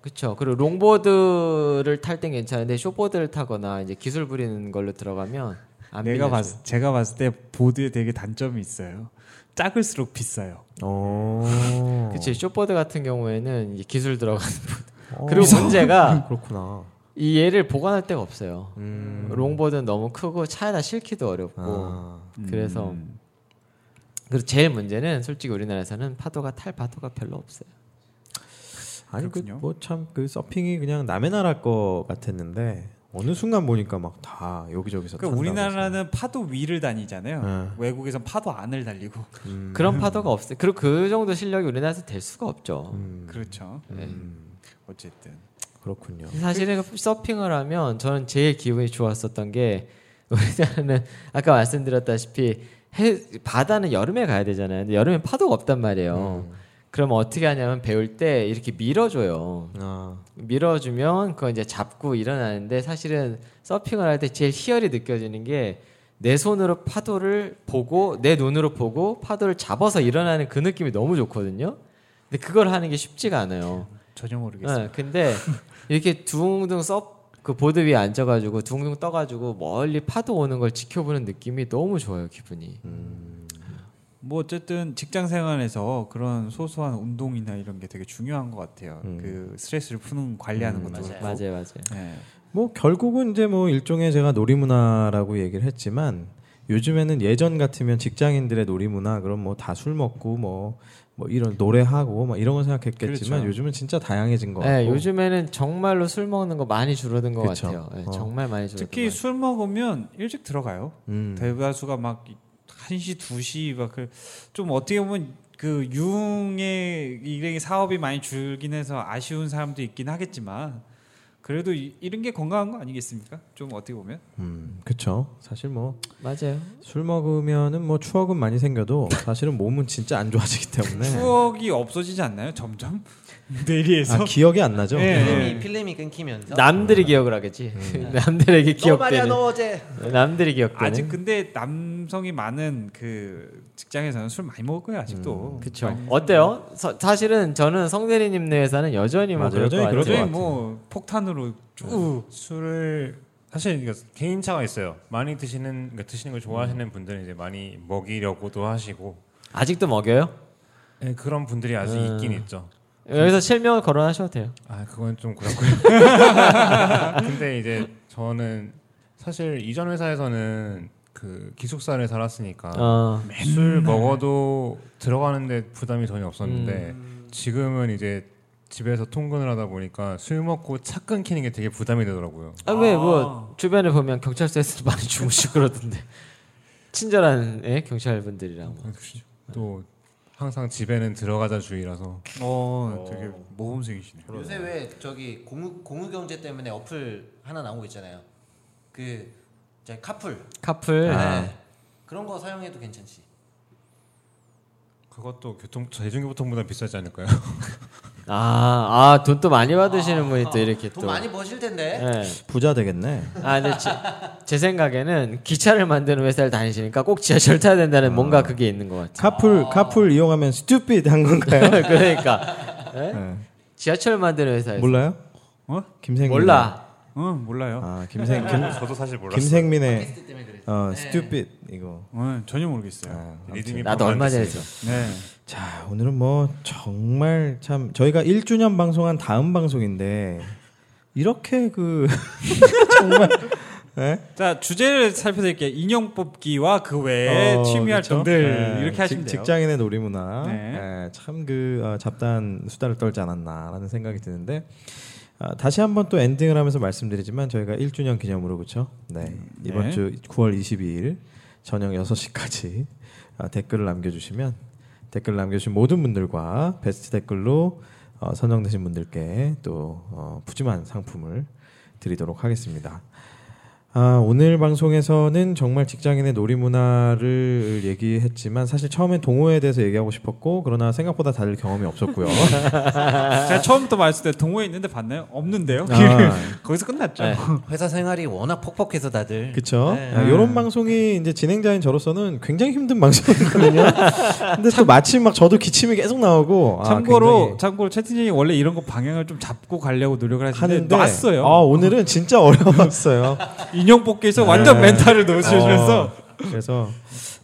Speaker 2: 그쵸. 그리고 롱보드를 탈 땐 괜찮은데 쇼보드를 타거나 이제 기술 부리는 걸로 들어가면 안
Speaker 3: 내가
Speaker 2: 빌려줘요.
Speaker 3: 봤 제가 봤을 때 보드에 되게 단점이 있어요. 작을수록 비싸요.
Speaker 1: 어.
Speaker 2: 그치 쇼보드 같은 경우에는 이제 기술 들어가는
Speaker 1: 어.
Speaker 2: 그리고 문제가
Speaker 1: 그렇구나. 음.
Speaker 2: 이 얘를 보관할 데가 없어요. 롱보드는 너무 크고 차에다 싣기도 어렵고
Speaker 1: 아.
Speaker 2: 그래서 그리고 제일 문제는 솔직히 우리나라에서는 파도가 탈 파도가 별로 없어요.
Speaker 1: 아니
Speaker 3: 그렇군요.
Speaker 1: 그 뭐 참 그 서핑이 그냥 남의 나라 거 같았는데 어느 순간 보니까 막 다 여기저기서
Speaker 3: 네.
Speaker 1: 탄다고
Speaker 3: 그러니까
Speaker 1: 해서.
Speaker 3: 우리나라는 파도 위를 다니잖아요.
Speaker 1: 네.
Speaker 3: 외국에선 파도 안을 달리고
Speaker 1: 음,
Speaker 2: 그런 파도가 없어요. 그리고 그 정도 실력이 우리나라에서 될 수가 없죠.
Speaker 1: 음,
Speaker 3: 그렇죠.
Speaker 2: 네.
Speaker 1: 음,
Speaker 3: 어쨌든
Speaker 1: 그렇군요.
Speaker 2: 사실은 서핑을 하면 저는 제일 기분이 좋았었던 게 우리나라는 아까 말씀드렸다시피 해, 바다는 여름에 가야 되잖아요. 근데 여름엔 파도가 없단 말이에요.
Speaker 1: 음.
Speaker 2: 그럼 어떻게 하냐면 배울 때 이렇게 밀어줘요.
Speaker 1: 아,
Speaker 2: 밀어주면 그거 이제 잡고 일어나는데 사실은 서핑을 할 때 제일 희열이 느껴지는 게 내 손으로 파도를 보고 내 눈으로 보고 파도를 잡아서 일어나는 그 느낌이 너무 좋거든요. 근데 그걸 하는 게 쉽지가 않아요.
Speaker 3: 전혀 모르겠어요.
Speaker 2: 네, 근데 이렇게 둥둥 썩그 보드 위에 앉아가지고 둥둥 떠가지고 멀리 파도 오는 걸 지켜보는 느낌이 너무 좋아요 기분이.
Speaker 3: 음, 뭐 어쨌든 직장 생활에서 그런 소소한 운동이나 이런 게 되게 중요한 것 같아요.
Speaker 1: 음.
Speaker 3: 그 스트레스를 푸는 관리하는 것도 그렇고.
Speaker 2: 음, 맞아요, 맞아요.
Speaker 3: 네.
Speaker 1: 뭐 결국은 이제 뭐 일종의 제가 놀이문화라고 얘기를 했지만 요즘에는 예전 같으면 직장인들의 놀이문화 그럼 뭐 다 술 먹고 뭐. 뭐 이런 노래하고 막 이런 걸 생각했겠지만
Speaker 3: 그렇죠.
Speaker 1: 요즘은 진짜 다양해진 것 같고
Speaker 2: 네, 요즘에는 정말로 술 먹는 거 많이 줄어든 것
Speaker 1: 그쵸.
Speaker 2: 같아요. 네,
Speaker 1: 어.
Speaker 2: 정말 많이 줄어든
Speaker 3: 특히
Speaker 2: 것
Speaker 3: 술 먹으면 일찍 들어가요.
Speaker 1: 음.
Speaker 3: 대다수가 막 1시, 2시 막그 좀 어떻게 보면 그 유흥의 일행의 사업이 많이 줄긴 해서 아쉬운 사람도 있긴 하겠지만 그래도 이, 이런 게 건강한 거 아니겠습니까? 좀 어떻게 보면
Speaker 1: 음, 그쵸 사실 뭐
Speaker 2: 같아요. 맞아요.
Speaker 1: 술 먹으면은 뭐 추억은 많이 생겨도 사실은 몸은 진짜 안 좋아지기
Speaker 2: 네.
Speaker 1: 때문에
Speaker 3: 추억이 없어지지 않나요? 점점 내리에서
Speaker 1: 아, 기억이 안 나죠.
Speaker 3: 예, 예.
Speaker 5: 필름이 필름이 끊기면서
Speaker 2: 어. 남들이 기억을 하겠지. 남들에게
Speaker 5: 너 말이야
Speaker 2: 기억되는.
Speaker 5: 너 어제
Speaker 2: 남들이 기억되는.
Speaker 3: 아직 근데 남성이 많은 그 직장에서는 술 많이 먹을 거예요 아직도.
Speaker 2: 음, 그쵸.
Speaker 3: 많이
Speaker 2: 어때요? 서- 사실은 저는 성대리님 내 회사는 여전히 뭐
Speaker 1: 맞아요.
Speaker 2: 그럴
Speaker 1: 여전히
Speaker 2: 것
Speaker 1: 그럴 것
Speaker 2: 같아요. 네.
Speaker 1: 같아요.
Speaker 3: 도저히 뭐 폭탄으로 쭉
Speaker 4: 술을 사실 이거 개인차가 있어요. 많이 드시는 그러니까 드시는 걸
Speaker 1: 음.
Speaker 4: 좋아하시는 분들은 이제 많이 먹이려고도 하시고
Speaker 2: 아직도 먹여요?
Speaker 4: 예, 그런 분들이 아직
Speaker 1: 네.
Speaker 4: 있긴 있죠.
Speaker 2: 여기서 실명을 거론하셔도 돼요.
Speaker 4: 아 그건 좀 그렇고요. 근데 이제 저는 사실 이전 회사에서는 그 기숙사를 살았으니까
Speaker 2: 어.
Speaker 4: 술 먹어도 들어가는데 부담이 전혀 없었는데 지금은 이제 집에서 통근을 하다 보니까 술 먹고 차 끊기는 게 되게 부담이 되더라고요.
Speaker 2: 아, 왜 뭐 주변에 보면 경찰서에서 많이 주무시고 그러던데. 친절한 예? 경찰분들이랑 뭐.
Speaker 4: 또 항상 집에는 들어가자 주의라서
Speaker 3: 어, 되게 모범생이시네요.
Speaker 5: 요새 왜 저기 공유 공유 경제 때문에 어플 하나 나오고 있잖아요. 그 저기 카풀
Speaker 2: 카풀.
Speaker 5: 네. 그런 거 사용해도 괜찮지.
Speaker 4: 그것도 교통 대중교통보다 비싸지 않을까요?
Speaker 2: 아, 아, 돈 또 많이 받으시는 분이 또 이렇게 또.
Speaker 5: 돈 많이 버실 텐데.
Speaker 2: 예.
Speaker 1: 부자 되겠네.
Speaker 2: 아, 근데 제, 제 생각에는 기차를 만드는 회사를 다니시니까 꼭 지하철 타야 된다는
Speaker 1: 아.
Speaker 2: 뭔가 그게 있는 것 같아요.
Speaker 1: 카풀 카풀 이용하면 스튜피드 한 건가요?
Speaker 2: 그러니까 예?
Speaker 1: 네.
Speaker 2: 지하철 만드는 회사에서
Speaker 1: 몰라요?
Speaker 3: 어?
Speaker 1: 김생
Speaker 2: 몰라.
Speaker 3: 응 몰라요.
Speaker 1: 아 김생 김
Speaker 4: 저도 사실 몰랐어요.
Speaker 1: 김생민의
Speaker 5: 팟캐스트 때문에 그래.
Speaker 1: 어 스튜피드 이거.
Speaker 3: 응, 전혀 모르겠어요.
Speaker 2: 네.
Speaker 4: 리듬이
Speaker 2: 나도 얼마 전에
Speaker 4: 됐어요.
Speaker 2: 죠
Speaker 3: 네.
Speaker 1: 자 오늘은 뭐 정말 참 저희가 1주년 방송한 다음 방송인데 이렇게 그 정말 예?
Speaker 3: 자 주제를 살펴드릴게요. 인형 뽑기와 그 외에
Speaker 1: 어, 그쵸?
Speaker 3: 취미 활동들 네,
Speaker 1: 예,
Speaker 3: 이렇게 하시면
Speaker 1: 직-
Speaker 3: 돼요.
Speaker 1: 직장인의 놀이문화
Speaker 3: 네.
Speaker 1: 참 그 잡단 수다를 떨지 않았나라는 생각이 드는데 아, 다시 한번 또 엔딩을 하면서 말씀드리지만 저희가 1주년 기념으로 그렇죠? 네. 이번
Speaker 3: 네.
Speaker 1: 주 9월 22일 저녁 6시까지 아, 댓글을 남겨주시면 댓글 남겨주신 모든 분들과 베스트 댓글로 어, 선정되신 분들께 또 어, 푸짐한 상품을 드리도록 하겠습니다. 아, 오늘 방송에서는 정말 직장인의 놀이문화를 얘기했지만 사실 처음엔 동호회에 대해서 얘기하고 싶었고 그러나 생각보다 다들 경험이 없었고요.
Speaker 3: 제가 처음부터 말했을 때 동호회 있는데 봤나요? 없는데요.
Speaker 1: 아.
Speaker 3: 거기서 끝났죠.
Speaker 2: 네.
Speaker 5: 회사 생활이 워낙 퍽퍽해서 다들.
Speaker 1: 그렇죠.
Speaker 5: 네.
Speaker 1: 이런 방송이 이제 진행자인 저로서는 굉장히 힘든 방송이거든요. 근데 또 마침 막 저도 기침이 계속 나오고 아,
Speaker 3: 참고로
Speaker 1: 굉장히
Speaker 3: 참고로 채팅이 원래 이런 거 방향을 좀 잡고 가려고 노력을 하시는데
Speaker 1: 하는데
Speaker 3: 놨어요.
Speaker 1: 아, 오늘은 진짜 어려웠어요.
Speaker 3: 인형
Speaker 1: 네.
Speaker 3: 뽑기에서 완전 멘탈을 놓으시면서
Speaker 1: 어, 그래서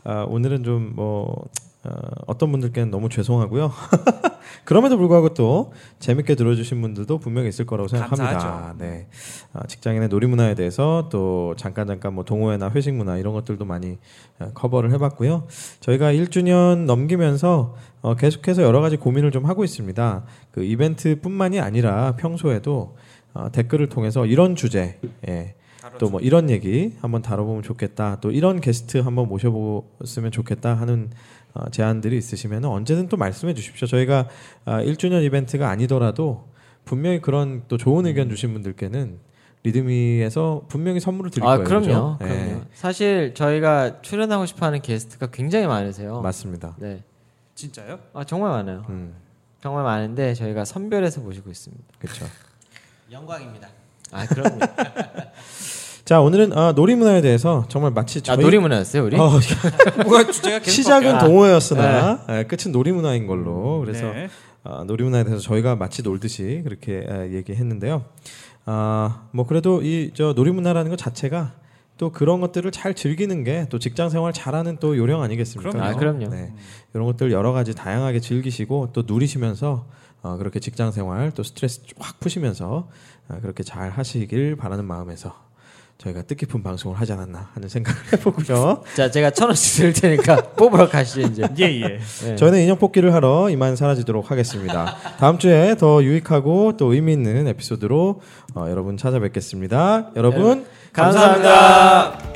Speaker 1: 아, 오늘은 좀 뭐 어, 어떤 분들께는 너무 죄송하고요. 그럼에도 불구하고 또 재밌게 들어주신 분들도 분명히 있을 거라고 생각합니다.
Speaker 3: 감사하죠.
Speaker 1: 네, 아, 직장인의 놀이 문화에 대해서 또 잠깐 잠깐 뭐 동호회나 회식 문화 이런 것들도 많이 어, 커버를 해봤고요. 저희가 1주년 넘기면서 어, 계속해서 여러 가지 고민을 좀 하고 있습니다. 그 이벤트뿐만이 아니라 평소에도 어, 댓글을 통해서 이런 주제, 예, 또 뭐 이런 얘기 한번 다뤄보면 좋겠다. 또 이런 게스트 한번 모셔보으면 좋겠다 하는 어, 제안들이 있으시면 언제든 또 말씀해 주십시오. 저희가 아, 1주년 이벤트가 아니더라도 분명히 그런 또 좋은
Speaker 2: 음.
Speaker 1: 의견 주신 분들께는 리드미에서 분명히 선물을 드릴
Speaker 2: 아
Speaker 1: 거예요.
Speaker 2: 그럼요.
Speaker 1: 그죠?
Speaker 2: 그럼요.
Speaker 1: 예,
Speaker 2: 사실 저희가 출연하고 싶어하는 게스트가 굉장히 많으세요.
Speaker 1: 맞습니다.
Speaker 2: 네.
Speaker 3: 진짜요?
Speaker 2: 아 정말 많아요.
Speaker 1: 음,
Speaker 2: 정말 많은데 저희가 선별해서 모시고 있습니다.
Speaker 1: 그렇죠.
Speaker 5: 영광입니다.
Speaker 2: 아 그럼요.
Speaker 1: 자 오늘은 아, 놀이문화에 대해서 정말 마치
Speaker 2: 아
Speaker 1: 저희
Speaker 2: 놀이문화였어요 아. 우리.
Speaker 1: 어,
Speaker 3: 뭐가 주제가 계속
Speaker 1: 시작은
Speaker 2: 바뀌어요.
Speaker 1: 동호회였으나
Speaker 2: 네.
Speaker 1: 예, 끝은 놀이문화인 걸로 그래서
Speaker 3: 네.
Speaker 1: 아, 놀이문화에 대해서 저희가 마치 놀듯이 그렇게 아, 얘기했는데요. 아, 뭐 그래도 이 저 놀이문화라는 것 자체가 또 그런 것들을 잘 즐기는 게 또 직장 생활 잘하는 또 요령 아니겠습니까?
Speaker 3: 그럼요.
Speaker 2: 아 그럼요.
Speaker 1: 네. 이런 것들 여러 가지 다양하게 즐기시고 또 누리시면서 어, 그렇게 직장 생활 또 스트레스 확 푸시면서 어, 그렇게 잘 하시길 바라는 마음에서 저희가 뜻깊은 방송을 하지 않았나 하는 생각을 해보고요.
Speaker 2: 자 제가 천 원씩 드릴 테니까 뽑으러 가시죠 이제.
Speaker 3: 예예. 예.
Speaker 2: 네.
Speaker 1: 저희는 인형 뽑기를 하러 이만 사라지도록 하겠습니다. 다음 주에 더 유익하고 또 의미 있는 에피소드로 어, 여러분 찾아뵙겠습니다. 여러분
Speaker 2: 감사합니다.